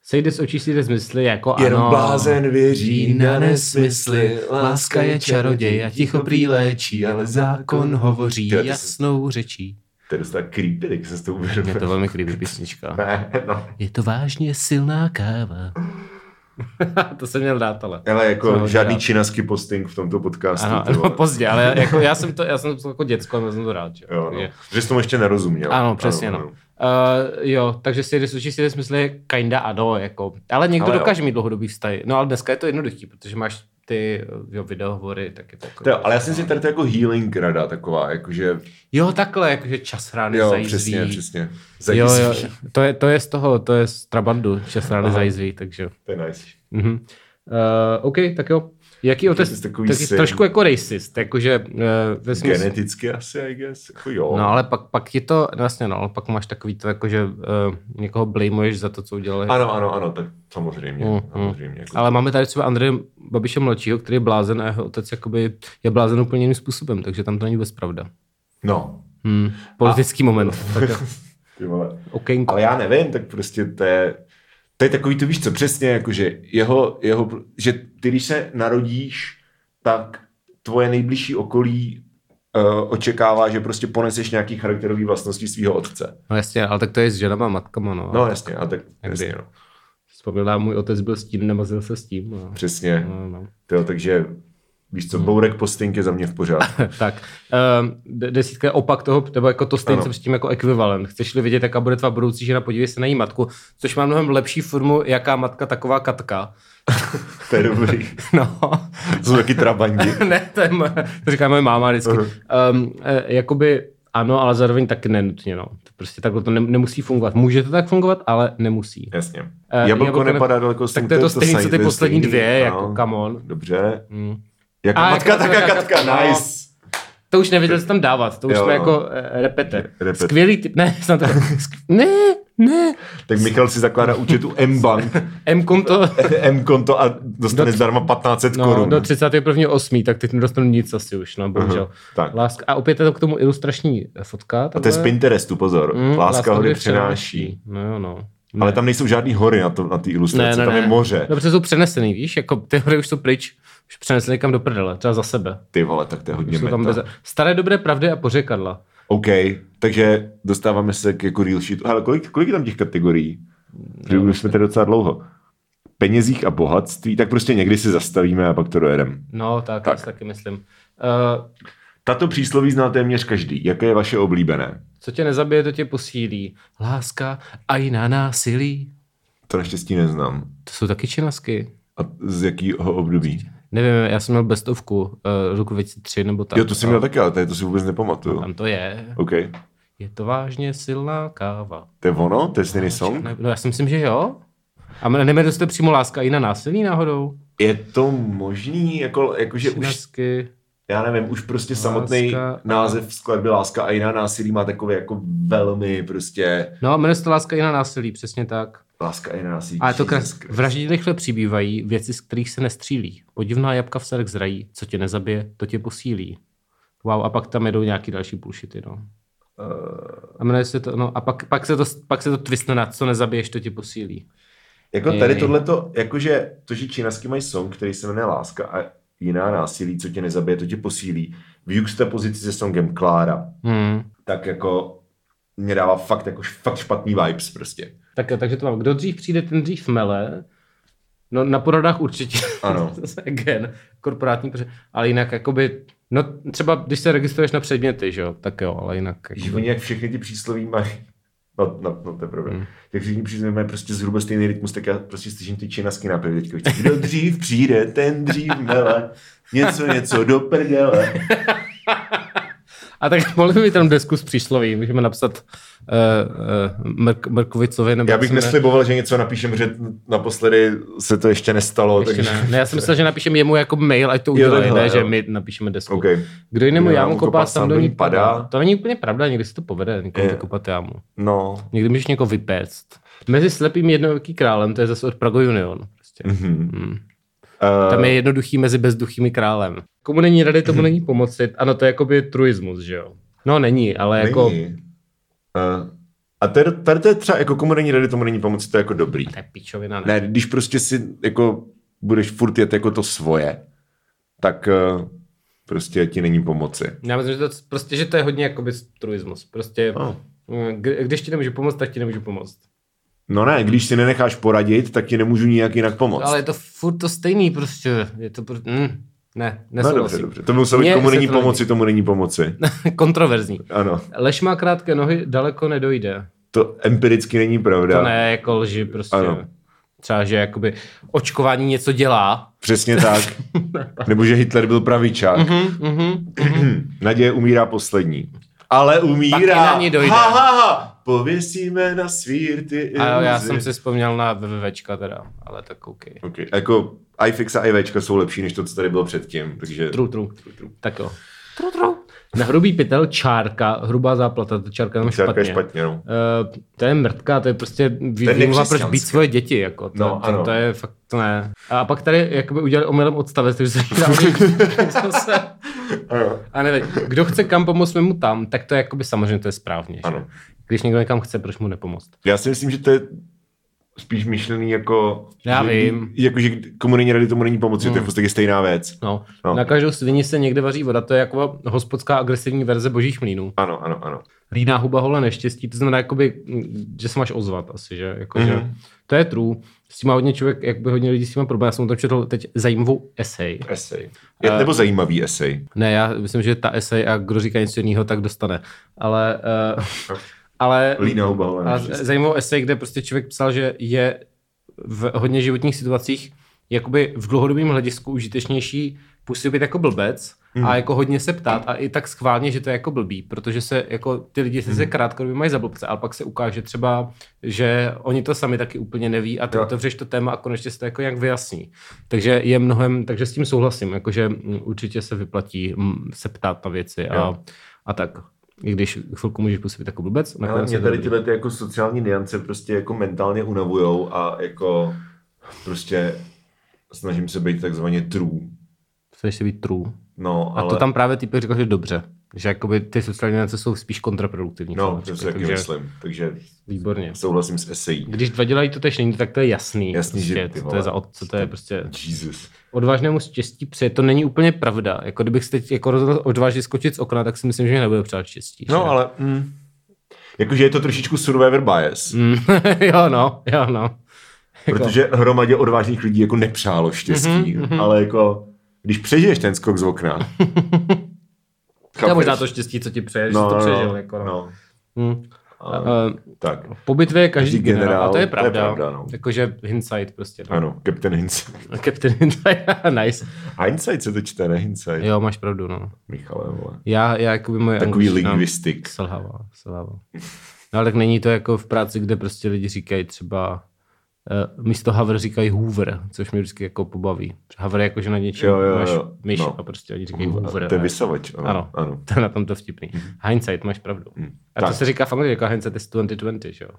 S2: Sejde z očí, sejde z mysli, jako
S1: Jenom
S2: ano.
S1: blázen věří na nesmysly, láska je čaroděj a ticho prý léčí, ale zákon
S2: hovoří
S1: Tyjo, ty jsi-
S2: jasnou řečí.
S1: To je docela creepy, jak se s tou uvědomil.
S2: Je to velmi creepy písnička.
S1: (laughs) Ne, no.
S2: Je to vážně silná káva. (laughs) to jsem měl dát, ale.
S1: Ale jako
S2: Co,
S1: žádný
S2: já-
S1: činasky posting v tomto podcastu.
S2: Ano,
S1: ty vole.
S2: no,
S1: (laughs)
S2: pozdě, ale jako, já jsem to, já jsem to jako děcko, ale jsem to rád. Že?
S1: Jo,
S2: Takže-
S1: no. Že jsi tomu ještě nerozuměl.
S2: Ano, přesně, no. Uh, jo, takže si řeší si smysl je kinda ano, jako. Ale někdo
S1: Ale
S2: ale
S1: jo.
S2: dokáže mít dlouhodobý vztah. No ale dneska je to jednoduchý, protože máš ty eh, jo, videohovory, tak je to jako...
S1: To jo, ale já jsem si tady to jako healing rada taková, jakože,
S2: Jo, takhle, jakože čas rány
S1: jo,
S2: zajizví.
S1: přesně, přesně.
S2: Jo,
S1: Zajizví.
S2: jo, to je, to je z toho, to je z Trabandu, čas rány zajizví, takže...
S1: (laughs) To je nice.
S2: Mhm. Uh, OK, tak jo. Jaký
S1: ty jsi
S2: otec,
S1: takový
S2: taky
S1: syn.
S2: trošku jako racist, jakože uh, ve smyslu,
S1: Geneticky asi, I guess. Jako jo.
S2: No ale pak, pak je to, no jasně, no, ale pak máš takový to jako, že uh, někoho blameuješ za to, co udělali.
S1: Ano, ano, ano, tak samozřejmě.
S2: Mm,
S1: samozřejmě jako
S2: Ale máme tady třeba Andreje Babiše mladšího, který je blázen a jeho otec jakoby je blázen úplně jiným způsobem, takže tam to není vůbec pravda.
S1: No.
S2: Hmm. Politický
S1: (laughs)
S2: a... moment. Tak,
S1: Ty vole.
S2: okénko.
S1: Ale já nevím, tak prostě to je, to je takový, to víš co, přesně, jakože jeho, jeho, že ty, když se narodíš, tak tvoje nejbližší okolí uh, očekává, že prostě poneseš nějaký charakterový vlastnosti svého otce.
S2: No jasně, ale tak to je s ženama a matkama, no.
S1: No jasně, a tak
S2: Jakdy.
S1: jasně, no.
S2: Vzpomínám, můj otec byl s tím, nemazil se s tím. No.
S1: Přesně.
S2: No, no.
S1: To, takže Víš co, bourek po stinky za mě v
S2: (laughs)
S1: pořádku.
S2: tak. Um, de- desítka je opak toho, nebo jako to stejně
S1: Ano.
S2: jsem s tím jako ekvivalent. Chceš-li vidět, jaká bude tvá budoucí žena, podívej se na její matku, což má mnohem lepší formu, jaká matka, taková katka.
S1: to je dobrý.
S2: (laughs) No,
S1: To jsou taky trabandi.
S2: (laughs) ne, to, je moje, to říká moje máma vždycky. Um, e, jakoby ano, ale zároveň taky nenutně. No. To Prostě takhle to ne, nemusí fungovat. Může to tak fungovat, ale nemusí.
S1: Jasně.
S2: Eh,
S1: jablko,
S2: jablko ne-
S1: nepadá daleko
S2: Tak to je to stejný, co ty
S1: to je
S2: poslední
S1: stejný,
S2: dvě,
S1: ano.
S2: jako come on. Hmm.
S1: Dobře. Jaká
S2: A,
S1: matka,
S2: jako
S1: taká
S2: taková
S1: katka,
S2: katka, no.
S1: nice.
S2: To už nevěděl, co tam dávat, to už
S1: Jo, no.
S2: jsme jako eh, repete.
S1: Repete.
S2: Skvělý typ, ne, snad to, (laughs) sk- ne, ne,
S1: Tak Michal si zakládá účet u M-Bank, (laughs)
S2: M-konto,
S1: M-konto a dostane zdarma 1500
S2: no,
S1: korun.
S2: do 31.8., tak teď nedostanu nic asi už, no, bohužel.
S1: Aha, tak.
S2: Láska. A opět je to k tomu ilustrační eh, fotka.
S1: A to je z Pinterestu, pozor.
S2: Mm,
S1: Láska, hory přináší.
S2: No jo, no.
S1: Ale tam nejsou žádný hory na té na té ilustraci,
S2: ne, ne,
S1: tam
S2: ne. No.
S1: je moře.
S2: Dobře, jsou přenesený, víš, jako ty hory už jsou pryč, už přenesli někam do prdele, třeba za sebe.
S1: Ty vole, tak to je hodně
S2: Jsou
S1: meta.
S2: tam bez... Staré dobré pravdy a pořekadla.
S1: OK, takže dostáváme se k jako real sheetu. Ale kolik, kolik je tam těch kategorií? Protože už jsme tady docela dlouho. Penězích a bohatství, tak prostě někdy si zastavíme a pak to dojedeme.
S2: No, tak, tak. taky myslím. Uh,
S1: Tato přísloví zná téměř každý. Jaké je vaše oblíbené?
S2: Co tě nezabije, to tě posílí. Láska a jiná násilí.
S1: To naštěstí neznám.
S2: To jsou taky činasky.
S1: A z jakého období?
S2: Nevím, já jsem měl bestovku uh, roku 2003 nebo tak.
S1: Jo, to jsem měl taky, ale tady to si vůbec nepamatuju.
S2: Tam to je.
S1: OK.
S2: Je to vážně silná káva.
S1: To je ono? To je stejný song?
S2: Ne, no já si myslím, že jo. A m- nejmenuje se to přímo láska a jiná násilí náhodou.
S1: Je to možný, jako, jakože už,
S2: Činasky.
S1: já nevím, už prostě samotný
S2: Láska.
S1: název skladby Láska a jiná násilí má takový jako velmi prostě
S2: No, jmenuje se to láska a jiná násilí, přesně tak.
S1: Láska a jiná násilí.
S2: A je to
S1: Jesus
S2: kras...
S1: Christ.
S2: Vraždí rychle přibývají věci, z kterých se nestřílí. Podivná jabka v serek zrají. Co tě nezabije, to tě posílí. Wow, a pak tam jedou nějaký další bullshity, no. A jmenuje se to, no a pak, pak, se to, pak se to twistne na co nezabiješ, to tě posílí.
S1: Jako
S2: Je,
S1: tady
S2: je.
S1: tohleto, jakože to, že čínasky mají song, který se jmenuje Láska a jiná násilí, co tě nezabije, to tě posílí. V juxtapozici se songem Klára,
S2: Hmm.
S1: tak jako mě dává fakt, jako, š- fakt špatný vibes prostě.
S2: Tak, takže to mám. Kdo dřív přijde, ten dřív mele. No na poradách určitě. (laughs)
S1: Ano.
S2: Zase Again, korporátní pře- Ale jinak jakoby, no třeba když se registruješ na předměty, že jo, tak jo, ale jinak.
S1: Když
S2: Jakoby,
S1: oni jak všechny ty přísloví mají, no, no, no to je pravda,
S2: Hmm.
S1: mm. jak všechny přísloví mají prostě zhruba stejný rytmus, tak já prostě slyším ty čínasky na pěvě teďka. Kdo dřív přijde, ten dřív mele, něco, něco do
S2: (laughs)
S1: prdele.
S2: a tak (laughs) mohli by mít tam desku s přísloví, můžeme napsat uh, uh, Mrk, Mrkovicovi. Nebo
S1: Já
S2: jak
S1: bych
S2: se jmenuje.
S1: nesliboval, že něco napíšem, že naposledy se to ještě nestalo.
S2: Ještě
S1: takže...
S2: ne. ne, já jsem myslel, že napíšeme jemu jako mail, ať to
S1: Jo,
S2: udělají,
S1: takhle,
S2: ne,
S1: jo.
S2: že my napíšeme desku.
S1: (laughs) OK.
S2: Kdo jinému
S1: Kdo
S2: jámu kopá, sám do ní padá.
S1: padá.
S2: To není úplně pravda, někdy se to povede někomu
S1: Je.
S2: vykopat jámu.
S1: No.
S2: Někdy můžeš někoho vypéct. Mezi slepým jednoduchým králem, to je zase od Prago Union. Prostě.
S1: Mhm. Uh,
S2: Tam je jednoduchý mezi bezduchými králem. Komu není rady, tomu není pomoci. Ano, to je jakoby truismus, že jo? No není, ale není. jako...
S1: Uh, a tady, tady to je třeba, jako komu není rady, tomu není pomoci, to je jako dobrý.
S2: To je pičovina, ne? ne.
S1: Ne, když prostě si jako budeš furt jet jako to svoje, tak uh, prostě ti není pomoci.
S2: Já myslím, že to, prostě, že to je hodně jakoby truismus. Prostě,
S1: Oh.
S2: kdy- když ti nemůžu pomoct, tak ti nemůžu pomoct.
S1: No ne, když si nenecháš poradit, tak ti nemůžu nijak jinak pomoct.
S2: Ale je to furt to stejný prostě. Je to prostě... Mm. Ne,
S1: no dobře,
S2: nesouhlasím.
S1: dobře. To muselo být,
S2: Mně
S1: komu
S2: se
S1: není
S2: to nelíbí.
S1: pomoci, tomu není pomoci.
S2: (laughs) Kontroverzní.
S1: Ano,
S2: Lež má krátké nohy, daleko nedojde.
S1: to empiricky není pravda.
S2: To ne, jako lži prostě.
S1: Ano.
S2: Třeba, že jakoby očkování něco dělá.
S1: Přesně
S2: (laughs)
S1: tak. Nebo že Hitler byl pravičák.
S2: Mhm.
S1: (clears throat) Naděje umírá poslední. Ale
S2: Pak i
S1: umírá.
S2: na ní dojde.
S1: Ha, ha, ha. Pověsíme na svír ty iluzi.
S2: A jo, já jsem si vzpomněl na VVVčka teda, ale tak OK.
S1: Okay. Jako iFix a IVčka jsou lepší, než to, co tady bylo předtím. Takže...
S2: Tru, tru. Tak jo. Tru, tru. Na hrubý pytel čárka, hrubá záplata, to čárka tam
S1: Čárka
S2: špatně.
S1: je špatně, no.
S2: Uh, to je mrtka, to je prostě vý-
S1: je
S2: výmluva, proč
S1: nekřesťanské.
S2: být svoje děti, jako. To,
S1: No,
S2: to,
S1: ano.
S2: to, je fakt, to ne. A pak tady, jakoby udělali omylem odstavec, takže se
S1: (laughs)
S2: dal- zase-
S1: Ano.
S2: A nevím, kdo chce kam pomoct, my mu tam, tak to je jakoby samozřejmě to je správně. Že?
S1: Ano.
S2: Když někdo někam chce, proč mu nepomoct?
S1: Já si myslím, že to je spíš myšlený jako...
S2: Já
S1: že,
S2: vím.
S1: Jako, že komu není rady, tomu není pomoci, hmm. to je v podstatě stejná věc.
S2: No.
S1: No.
S2: no. Na každou svini se někde vaří voda, to je jako hospodská agresivní verze božích mlínů.
S1: Ano, ano, ano.
S2: Líná huba hole neštěstí, to znamená, jakoby, mm, že se máš ozvat asi, že? Jako, mm-hmm. že
S1: Mhm.
S2: to je true. S tím má hodně člověk, jak by hodně lidí s tím má problém. Já jsem o tom četl teď zajímavou esej.
S1: Esej.
S2: Eh,
S1: Je, nebo zajímavý esej.
S2: Ne, já myslím, že ta esej a kdo říká něco jiného, tak dostane. Ale, uh, ale
S1: No. Líná huba hole
S2: a
S1: neštěstí.
S2: z- zajímavou esej, kde prostě člověk psal, že je v hodně životních situacích jakoby v dlouhodobém hledisku užitečnější působit jako blbec hmm. a jako hodně se ptát a i tak schválně, že to je jako blbý, protože se jako ty lidi se, se
S1: Hmm.
S2: krátkodobě mají za blbce, ale pak se ukáže třeba, že oni to sami taky úplně neví a ty
S1: Jo.
S2: otevřeš to téma a konečně se to jako nějak vyjasní. Takže je mnohem, takže s tím souhlasím, jakože mm, určitě se vyplatí mm, se ptát na věci a, a tak. I když chvilku můžeš působit jako blbec.
S1: Ale
S2: nakonec
S1: mě
S2: je to
S1: tady
S2: dobrý.
S1: tyhle ty jako sociální niance prostě jako mentálně unavujou a jako prostě snažím se být takzvaně true.
S2: Chceš se být true.
S1: No,
S2: A
S1: ale...
S2: to tam právě typek řekl, že dobře. Že jakoby ty sociální nance jsou spíš kontraproduktivní.
S1: No,
S2: samozřejmě,
S1: to si taky
S2: takže
S1: myslím. Takže
S2: Výborně.
S1: souhlasím s esejí.
S2: Když dva dělají to tež není, tak to je jasný.
S1: Jasný, že
S2: prostě,
S1: ty
S2: to
S1: vole.
S2: je za od, co to je prostě.
S1: Jesus.
S2: Odvážnému štěstí přeje, to není úplně pravda. Jako kdybych se teď jako rozhodl odvážně skočit z okna, tak si myslím, že mě nebude přát štěstí. že?
S1: No, ale... Mm. Jakože je to trošičku survivor bias,
S2: Mm, (laughs) jo, no, jo, no.
S1: protože hromadě odvážných lidí jako nepřálo štěstí,
S2: Mhm,
S1: ale jako když přežiješ ten skok z
S2: (laughs)
S1: okna,
S2: To je
S1: chápeš?
S2: možná to štěstí, co ti přeje, že jsi to přežil. jako, no.
S1: no.
S2: Hm.
S1: A,
S2: Eh,
S1: tak,
S2: po bitvě je každý,
S1: Každý generál,
S2: generál, a to je
S1: to je
S2: pravda.
S1: pravda, no.
S2: Jakože hindsight prostě. No. (laughs)
S1: ano, Captain Hindsight. (laughs)
S2: Captain hindsight, (laughs) nice.
S1: Hindsight se to čte, ne Hindsight.
S2: Jo, máš pravdu, no.
S1: Michale, vole.
S2: Já, já jakoby moje
S1: Takový
S2: angličtina
S1: lingvistik.
S2: Selhává, selhává. No ale tak není to jako v práci, kde prostě lidi říkají třeba uh, místo Havr říkají Hoover, což mě vždycky jako pobaví. Havr je jako, že na něčem
S1: Jo, jo,
S2: máš
S1: jo,
S2: myš
S1: no.
S2: a prostě oni říkají Hoover.
S1: To je
S2: ne?
S1: vysavač, ano.
S2: Ano,
S1: ano.
S2: (laughs) to je na tom to vtipný. Hindsight, máš pravdu. A
S1: Mhm. Tak.
S2: to se říká v angličtině, jako hindsight is 2020, že jo?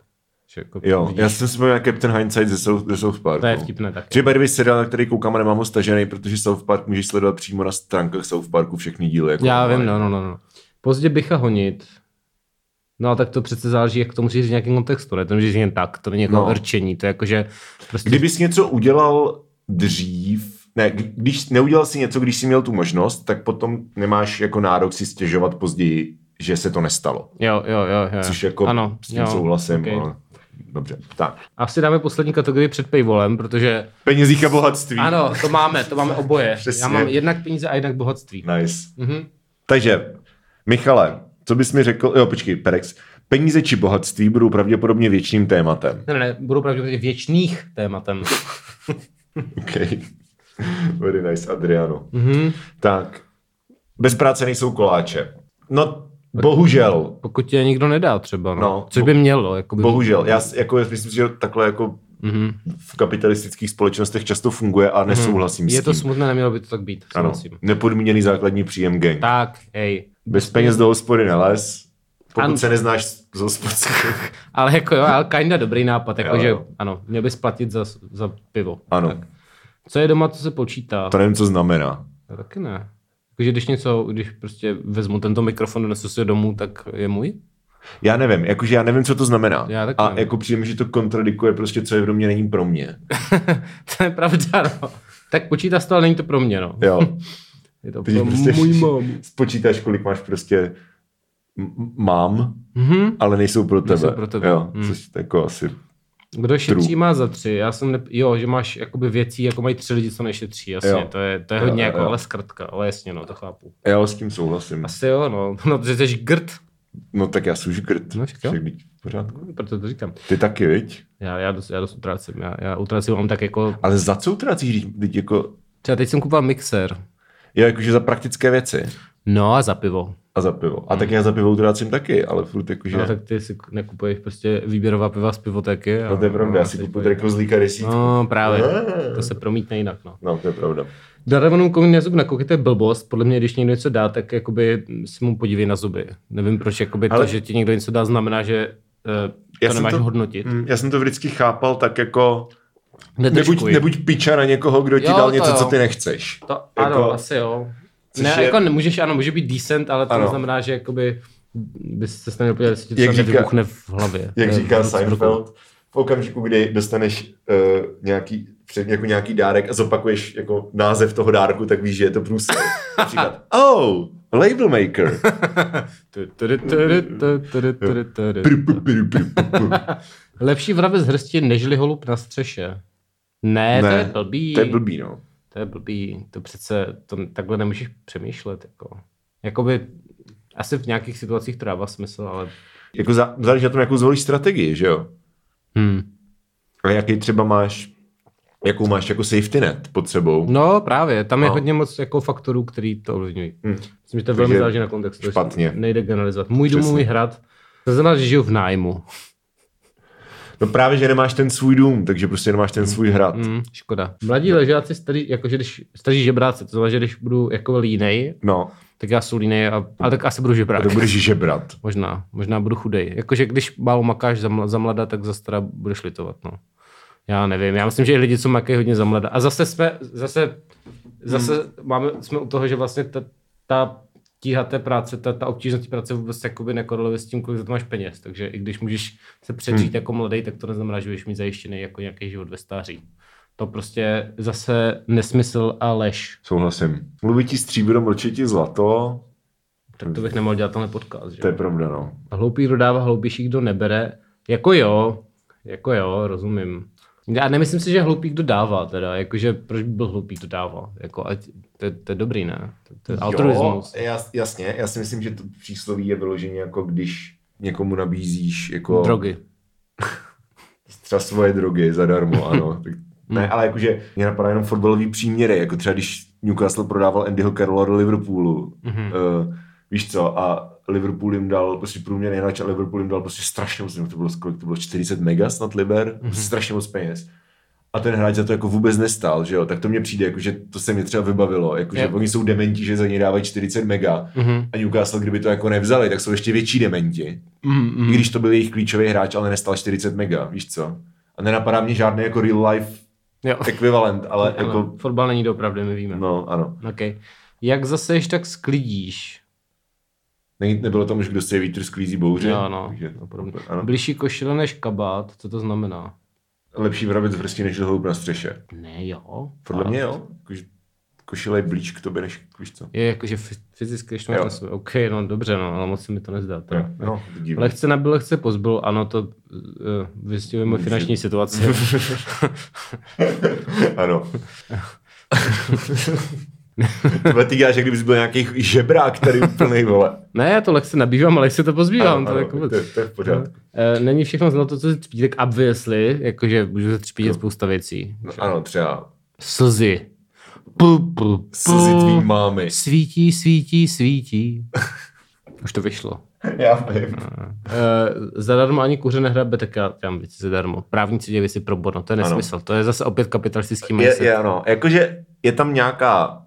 S2: Že jako
S1: Jo,
S2: vidíš-
S1: já jsem si vzpomněl na Captain Hindsight ze South, ze South Parku.
S2: To je vtipné taky.
S1: Že by the way, seriál, na který koukám a nemám ho stažený, protože South Park můžeš sledovat přímo na stránkách South Parku všechny díly. Jako
S2: Já vím,
S1: normálně.
S2: no, no, no. no. Pozdě bycha honit. No, tak to přece záleží, jak to musíš říct v nějakém kontextu, ne? To můžeš říct jen tak, to není jako
S1: No.
S2: no. rčení, to je jako, že prostě...
S1: Kdybys něco udělal dřív, ne, kdy- když neudělal si něco, když jsi měl tu možnost, tak potom nemáš jako nárok si stěžovat později, že se to nestalo.
S2: Jo, jo, jo, jo.
S1: Což jako
S2: Eh, ano,
S1: s tím
S2: jo,
S1: souhlasím.
S2: okej.
S1: ale- Dobře, tak.
S2: Asi dáme poslední kategorii před paywallem, protože...
S1: Penězík a bohatství.
S2: Ano, to máme, to máme oboje.
S1: Přesně.
S2: Já mám jednak peníze a jednak bohatství.
S1: Nice.
S2: Mhm.
S1: Takže, Michale, co bys mi řekl, jo počkej, Perex, peníze či bohatství budou pravděpodobně věčným tématem.
S2: Ne, ne, ne, budou pravděpodobně věčných tématem.
S1: OK. (laughs) Very nice, Adriano.
S2: Mhm.
S1: Tak, bez práce nejsou koláče. No, bohužel,
S2: Pokud tě nikdo nedá třeba, no.
S1: No,
S2: no Což by mělo, jako by...
S1: bohužel. Já s- jako, já myslím si, že takhle jako
S2: Mhm.
S1: v kapitalistických společnostech často funguje a nesouhlasím
S2: Je
S1: s tím.
S2: to smutné, nemělo by to tak být,
S1: ano,
S2: souhlasím.
S1: nepodmíněný základní příjem gang.
S2: Tak, hej,
S1: Bez peněz do hospody nelez, pokud
S2: An-
S1: se neznáš z hospodského.
S2: Ale jako jo, ale kinda dobrý nápad, jako
S1: Jo,
S2: že
S1: jo.
S2: ano, měl bys platit za, za pivo.
S1: (laughs) Ano,
S2: Co je doma, co se počítá?
S1: to nevím, co znamená.
S2: Já taky ne. Takže když něco, když prostě vezmu tento mikrofon, nesu si ho domů, tak je můj? (laughs)
S1: Já nevím, jakože já nevím, co to znamená.
S2: Já taky
S1: a
S2: nevím.
S1: jako přijde mi, že to kontradikuje prostě, co je pro mě, není pro mě.
S2: to je pravda, no. Tak počítá se to, ale není to pro mě, no. (laughs)
S1: Jo.
S2: Je to
S1: Teď
S2: pro
S1: prostě
S2: No, můj mám.
S1: spočítáš, kolik máš prostě m- m- mám,
S2: Mhm.
S1: ale nejsou pro tebe.
S2: pro tebe.
S1: Jo,
S2: Hmm.
S1: což jako asi.
S2: Kdo šetří,
S1: True.
S2: má za tři. Já jsem, ne... jo, že máš jakoby věcí, jako mají tři lidi, co nešetří, jasně.
S1: Jo.
S2: To je, to je
S1: Jo,
S2: hodně
S1: jo,
S2: jako,
S1: jo.
S2: ale zkratka, ale jasně, no, to chápu.
S1: Já s tím souhlasím.
S2: Asi jo, no, (laughs) no, protože jsi grd,
S1: No tak já jsem žgrt.
S2: No, však jo.
S1: Však vždyť v pořádku.
S2: proto to říkám.
S1: Ty taky, viď?
S2: Já, já, dost, já dost utrácím, já, já utrácím, mám tak jako
S1: Ale za co utrácíš, když, když jako,
S2: Třeba teď jsem kupoval mixer.
S1: já jakože za praktické věci
S2: No a za pivo.
S1: a za pivo. A tak já za pivo utrácím taky, ale furt jakože...
S2: Mhm. No, tak ty si nekupuješ prostě výběrová piva z pivotéky. A,
S1: No to je pravda, já
S2: a
S1: si
S2: teď
S1: kupuju
S2: pojď.
S1: jako zlíka desítku.
S2: No právě,
S1: Ah.
S2: to se promítne jinak. No.
S1: No, to je pravda.
S2: Darovanou komu na zub nakouky, to je blbost. Podle mě, když někdo něco dá, tak jakoby si mu podívej na zuby. Nevím proč, jakoby
S1: Ale-
S2: to, že ti někdo něco dá, znamená, že eh,
S1: Já
S2: to
S1: jsem
S2: nemáš
S1: to-
S2: hodnotit.
S1: Mm, Já jsem to vždycky chápal tak jako... Nebuď,
S2: Nedržkuj.
S1: nebuď piča na někoho, kdo ti
S2: Jo,
S1: dal
S2: to
S1: něco,
S2: jo.
S1: co ty nechceš.
S2: To, ano,
S1: Jako-
S2: asi jo.
S1: Což
S2: Ne,
S1: je-
S2: je... jako nemůžeš, ano, může být decent, ale to
S1: Ano.
S2: ano. znamená, že jakoby bys se s námi podívat, jestli ti to
S1: Jak
S2: třeba
S1: říká-
S2: nevybuchne v hlavě.
S1: Jak
S2: Ne,
S1: říká
S2: v ruce.
S1: Seinfeld, v okamžiku, kdy dostaneš uh, nějaký, před, jako nějaký dárek a zopakuješ jako název toho dárku, tak víš, že je to
S2: (laughs)
S1: průser. Například, oh, label maker. Pru, pru, pru, pru, pru, pru.
S2: (laughs) Lepší vrabec hrsti, nežli holub na střeše. Ne, ne, to je blbý.
S1: To je blbý, no.
S2: To je blbý. To přece, to takhle nemůžeš přemýšlet. Jako. Jakoby, asi v nějakých situacích to dává smysl, ale...
S1: Jako zá- záleží na tom, jakou zvolíš strategii, že jo?
S2: Hmm.
S1: A jaký třeba máš, jakou máš jako safety net pod sebou.
S2: No právě, tam je
S1: No.
S2: hodně moc jako faktorů, který to ovlivňují.
S1: Hm.
S2: Myslím, že to velmi
S1: Takže
S2: záleží na kontextu. že
S1: špatně.
S2: Nejde generalizovat. Můj dům,
S1: Přesně.
S2: můj hrad. To znamená, že žiju v nájmu.
S1: No právě, že nemáš ten svůj dům, takže prostě nemáš ten svůj hrad.
S2: Mm, škoda. Mladí ležáci, starý, jakože když, staří žebráci, to znamená, že když budu jako línej,
S1: No,
S2: tak já jsou línej a, a tak asi budu
S1: a
S2: žebrák.
S1: to budeš žebrat.
S2: Možná, možná budu chudej. Jakože když málo makáš za, mla- za mlada, tak za stará budeš litovat, no. Já nevím, já myslím, že i lidi, co makají hodně za mlada. A zase jsme, zase, zase máme, jsme u toho, že vlastně ta, ta tíha té práce, ta, ta obtížnost té práce vůbec jakoby nekoreluje s tím, kolik za to máš peněz. Takže i když můžeš se předřít jako mladý, tak to neznamená, že budeš mít zajištěný jako nějaký život ve stáří. To prostě zase nesmysl a lež.
S1: Souhlasím. Mluví ti stříbro, mlčí ti zlato.
S2: Tak to bych nemohl dělat tenhle podcast. Že?
S1: To je pravda, no.
S2: Hloupý dodává, hloupější kdo nebere. Jako jo, jako jo, rozumím. Já nemyslím si, že hloupý kdo dává teda, jakože proč by byl hloupý kdo dává, jako ať, to, je- to je dobrý, ne? To, to je altruismus.
S1: Jo, jas, jasně, já si myslím, že to přísloví je vyloženě jako když někomu nabízíš jako
S2: Drogy.
S1: třeba svoje drogy
S2: (laughs)
S1: zadarmo, ano. Tak, (laughs) ne,
S2: Hmm.
S1: ale jakože mě napadá jenom fotbalový příměry, jako třeba když Newcastle prodával Andyho Carrolla do Liverpoolu,
S2: Mhm. Hm.
S1: mm-hmm. uh, víš co, a Liverpool jim dal prostě průměrný hráč a Liverpool jim dal prostě strašně moc, to bylo, kolik to bylo 40 mega snad
S2: Mhm.
S1: liber, mm-hmm. strašně moc peněz. A ten hráč za to jako vůbec nestál, že jo, tak to mně přijde, jakože to se mě třeba vybavilo, jakože
S2: Jo.
S1: oni jsou dementi, že za ně dávají 40 mega
S2: Mhm.
S1: mm-hmm. a Newcastle, kdyby to jako nevzali, tak jsou ještě větší dementi. Mm.
S2: Mhm.
S1: I když to byl jejich klíčový hráč, ale nestal 40 mega, víš co? A nenapadá mě žádný jako real life
S2: Jo.
S1: ekvivalent, ale
S2: Ano,
S1: jako,
S2: fotbal není doopravdy, my víme. No.
S1: no ano.
S2: Okay. Jak zase ještě tak sklidíš?
S1: Ne, nebylo tam už, kdo se vítr sklízí bouře.
S2: Jo, no.
S1: Takže,
S2: no
S1: ano.
S2: Bližší košile než kabát, co to znamená?
S1: Lepší vrabec v hrsti, než lhoub na střeše.
S2: Ne, jo.
S1: Podle
S2: A-
S1: mě jo. Jakože Košile je blíž k tobě, než víš co.
S2: Je jakože f- fyzicky, když to máš
S1: Jo.
S2: na sobě. OK, no dobře, no, ale moc se mi to nezdá. Teda.
S1: Jo, No, vidím.
S2: Lehce nabil, lehce pozbyl, ano, to uh, vystihuje moje finanční situaci. (laughs)
S1: Ano. Tebe ty děláš, jak kdybys byl nějaký žebrák tady úplnej,
S2: (laughs)
S1: vole.
S2: ne, já to lehce nabývám, ale lehce to pozbývám.
S1: Ano,
S2: to,
S1: ano,
S2: jako
S1: to, je- to je v pořádku.
S2: Eh, Není všechno zlato, co se třpí, tak obviously, jakože můžu se třpítit spousta věcí.
S1: No, ano, třeba
S2: Slzy. Pu, pu, pu.
S1: slzy tvý mámy.
S2: Svítí,
S1: (laughs)
S2: svítí, svítí. Už to vyšlo.
S1: Já vím.
S2: Uh, zadarmo ani kuře nehrabe, tak já dělám věci zadarmo. Právníci dělají věci pro bono, to je nesmysl. Ano. To je zase opět kapitalistický mindset.
S1: Je, je, ano, jakože je tam nějaká,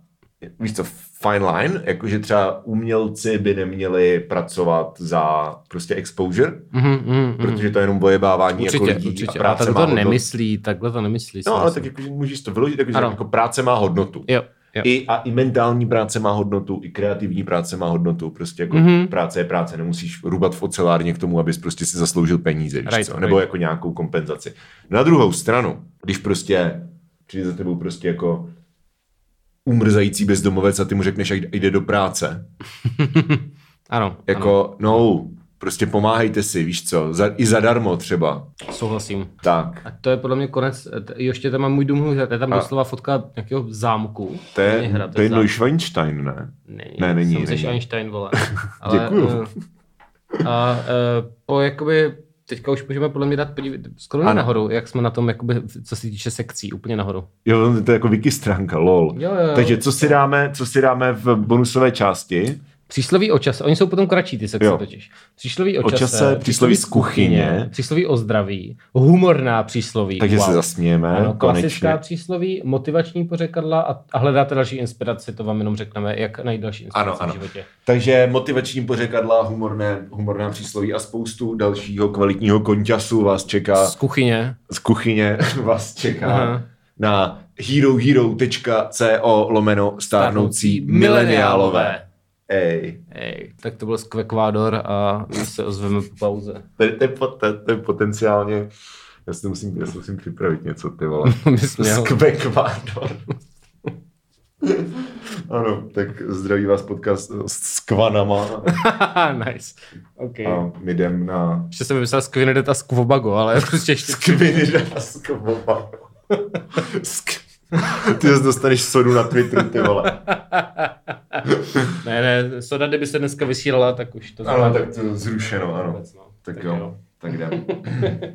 S1: víš co, fine line, jakože třeba umělci by neměli pracovat za prostě exposure,
S2: Mhm, mhm, mhm.
S1: protože to je jenom bojebávání
S2: Určitě,
S1: jako lidí
S2: určitě.
S1: a
S2: A,
S1: práce
S2: tak
S1: má
S2: to
S1: hodnotu.
S2: nemyslí, takhle to nemyslí. si
S1: No, ale
S2: myslím.
S1: tak jakože můžeš to vyložit, jakože
S2: Ano.
S1: jako práce má hodnotu.
S2: Jo, jo.
S1: I, a i mentální práce má hodnotu, i kreativní práce má hodnotu. Prostě jako
S2: Mhm.
S1: mm-hmm. práce je práce, nemusíš rubat v ocelárně k tomu, abys prostě si zasloužil peníze, víš
S2: Right,
S1: co? nebo
S2: right.
S1: jako nějakou kompenzaci. Na druhou stranu, když prostě přijde za tebou prostě jako umrzající bezdomovec a ty mu řekneš, ať jde do práce,
S2: (laughs) Ano, jako...
S1: jako no, prostě pomáhejte si, víš co, za, i zadarmo třeba.
S2: ano, souhlasím.
S1: Tak,
S2: A to je podle mě konec, eh, t- ještě tam mám můj dům, hrad, je tam a... doslova fotka nějakého zámku.
S1: to
S2: Není
S1: je,
S2: hrad,
S1: to je
S2: zámek.
S1: Neuschweinstein, ne?
S2: Není,
S1: Ne, není,
S2: Jsem
S1: není.
S2: není.
S1: (laughs)
S2: Einstein, vole.
S1: Děkuju.
S2: eh, A eh, po jakoby, teďka už můžeme podle mě dát podívat, skoro
S1: Ano.
S2: ano. nahoru, jak jsme na tom, jakoby, co se týče sekcí, úplně nahoru.
S1: Jo, to je jako wiki stránka, lol.
S2: Jo, jo, jo.
S1: Takže co si, dáme, co si dáme v bonusové části?
S2: Přísloví o čase, oni jsou potom kratší ty sekce
S1: Jo.
S2: totiž. Přísloví o,
S1: O čase, přísloví z kuchyně.
S2: přísloví o zdraví, humorná přísloví.
S1: Takže
S2: wow.
S1: se zasmějeme,
S2: Ano, klasická
S1: konečně.
S2: přísloví, motivační pořekadla a, a hledáte další inspiraci, to vám jenom řekneme, jak najít další inspiraci
S1: Ano, ano.
S2: v životě.
S1: Takže motivační pořekadla, humorné, humorná přísloví a spoustu dalšího kvalitního konťasu vás čeká
S2: Z kuchyně.
S1: z kuchyně, (laughs) vás čeká
S2: Aha.
S1: na herohero.co lomeno stárnoucí mileniálové. Ej,
S2: Ej, tak to byl Skvekvádor a my se ozveme po pauze.
S1: to je, to je, pot- to je potenciálně Já si musím, já si musím připravit něco, ty vole.
S2: (laughs) Bys měl.
S1: Skvekvádor. (laughs) ano, tak zdraví vás podcast eh, s kvanama
S2: (laughs) nice. Okay.
S1: a my jdem na
S2: Ještě jsem vymyslel Squinidet a Squobago, ale (laughs) prostě ještě...
S1: skviny a skvoba. (laughs) Sk... Ty zase dostaneš sodu na Twitteru, ty vole.
S2: ne, ne, soda, kdyby se dneska vysílala, tak už to...
S1: Ano, tak to zrušeno, ano.
S2: Vůbec, no.
S1: Tak jo, tak jdem.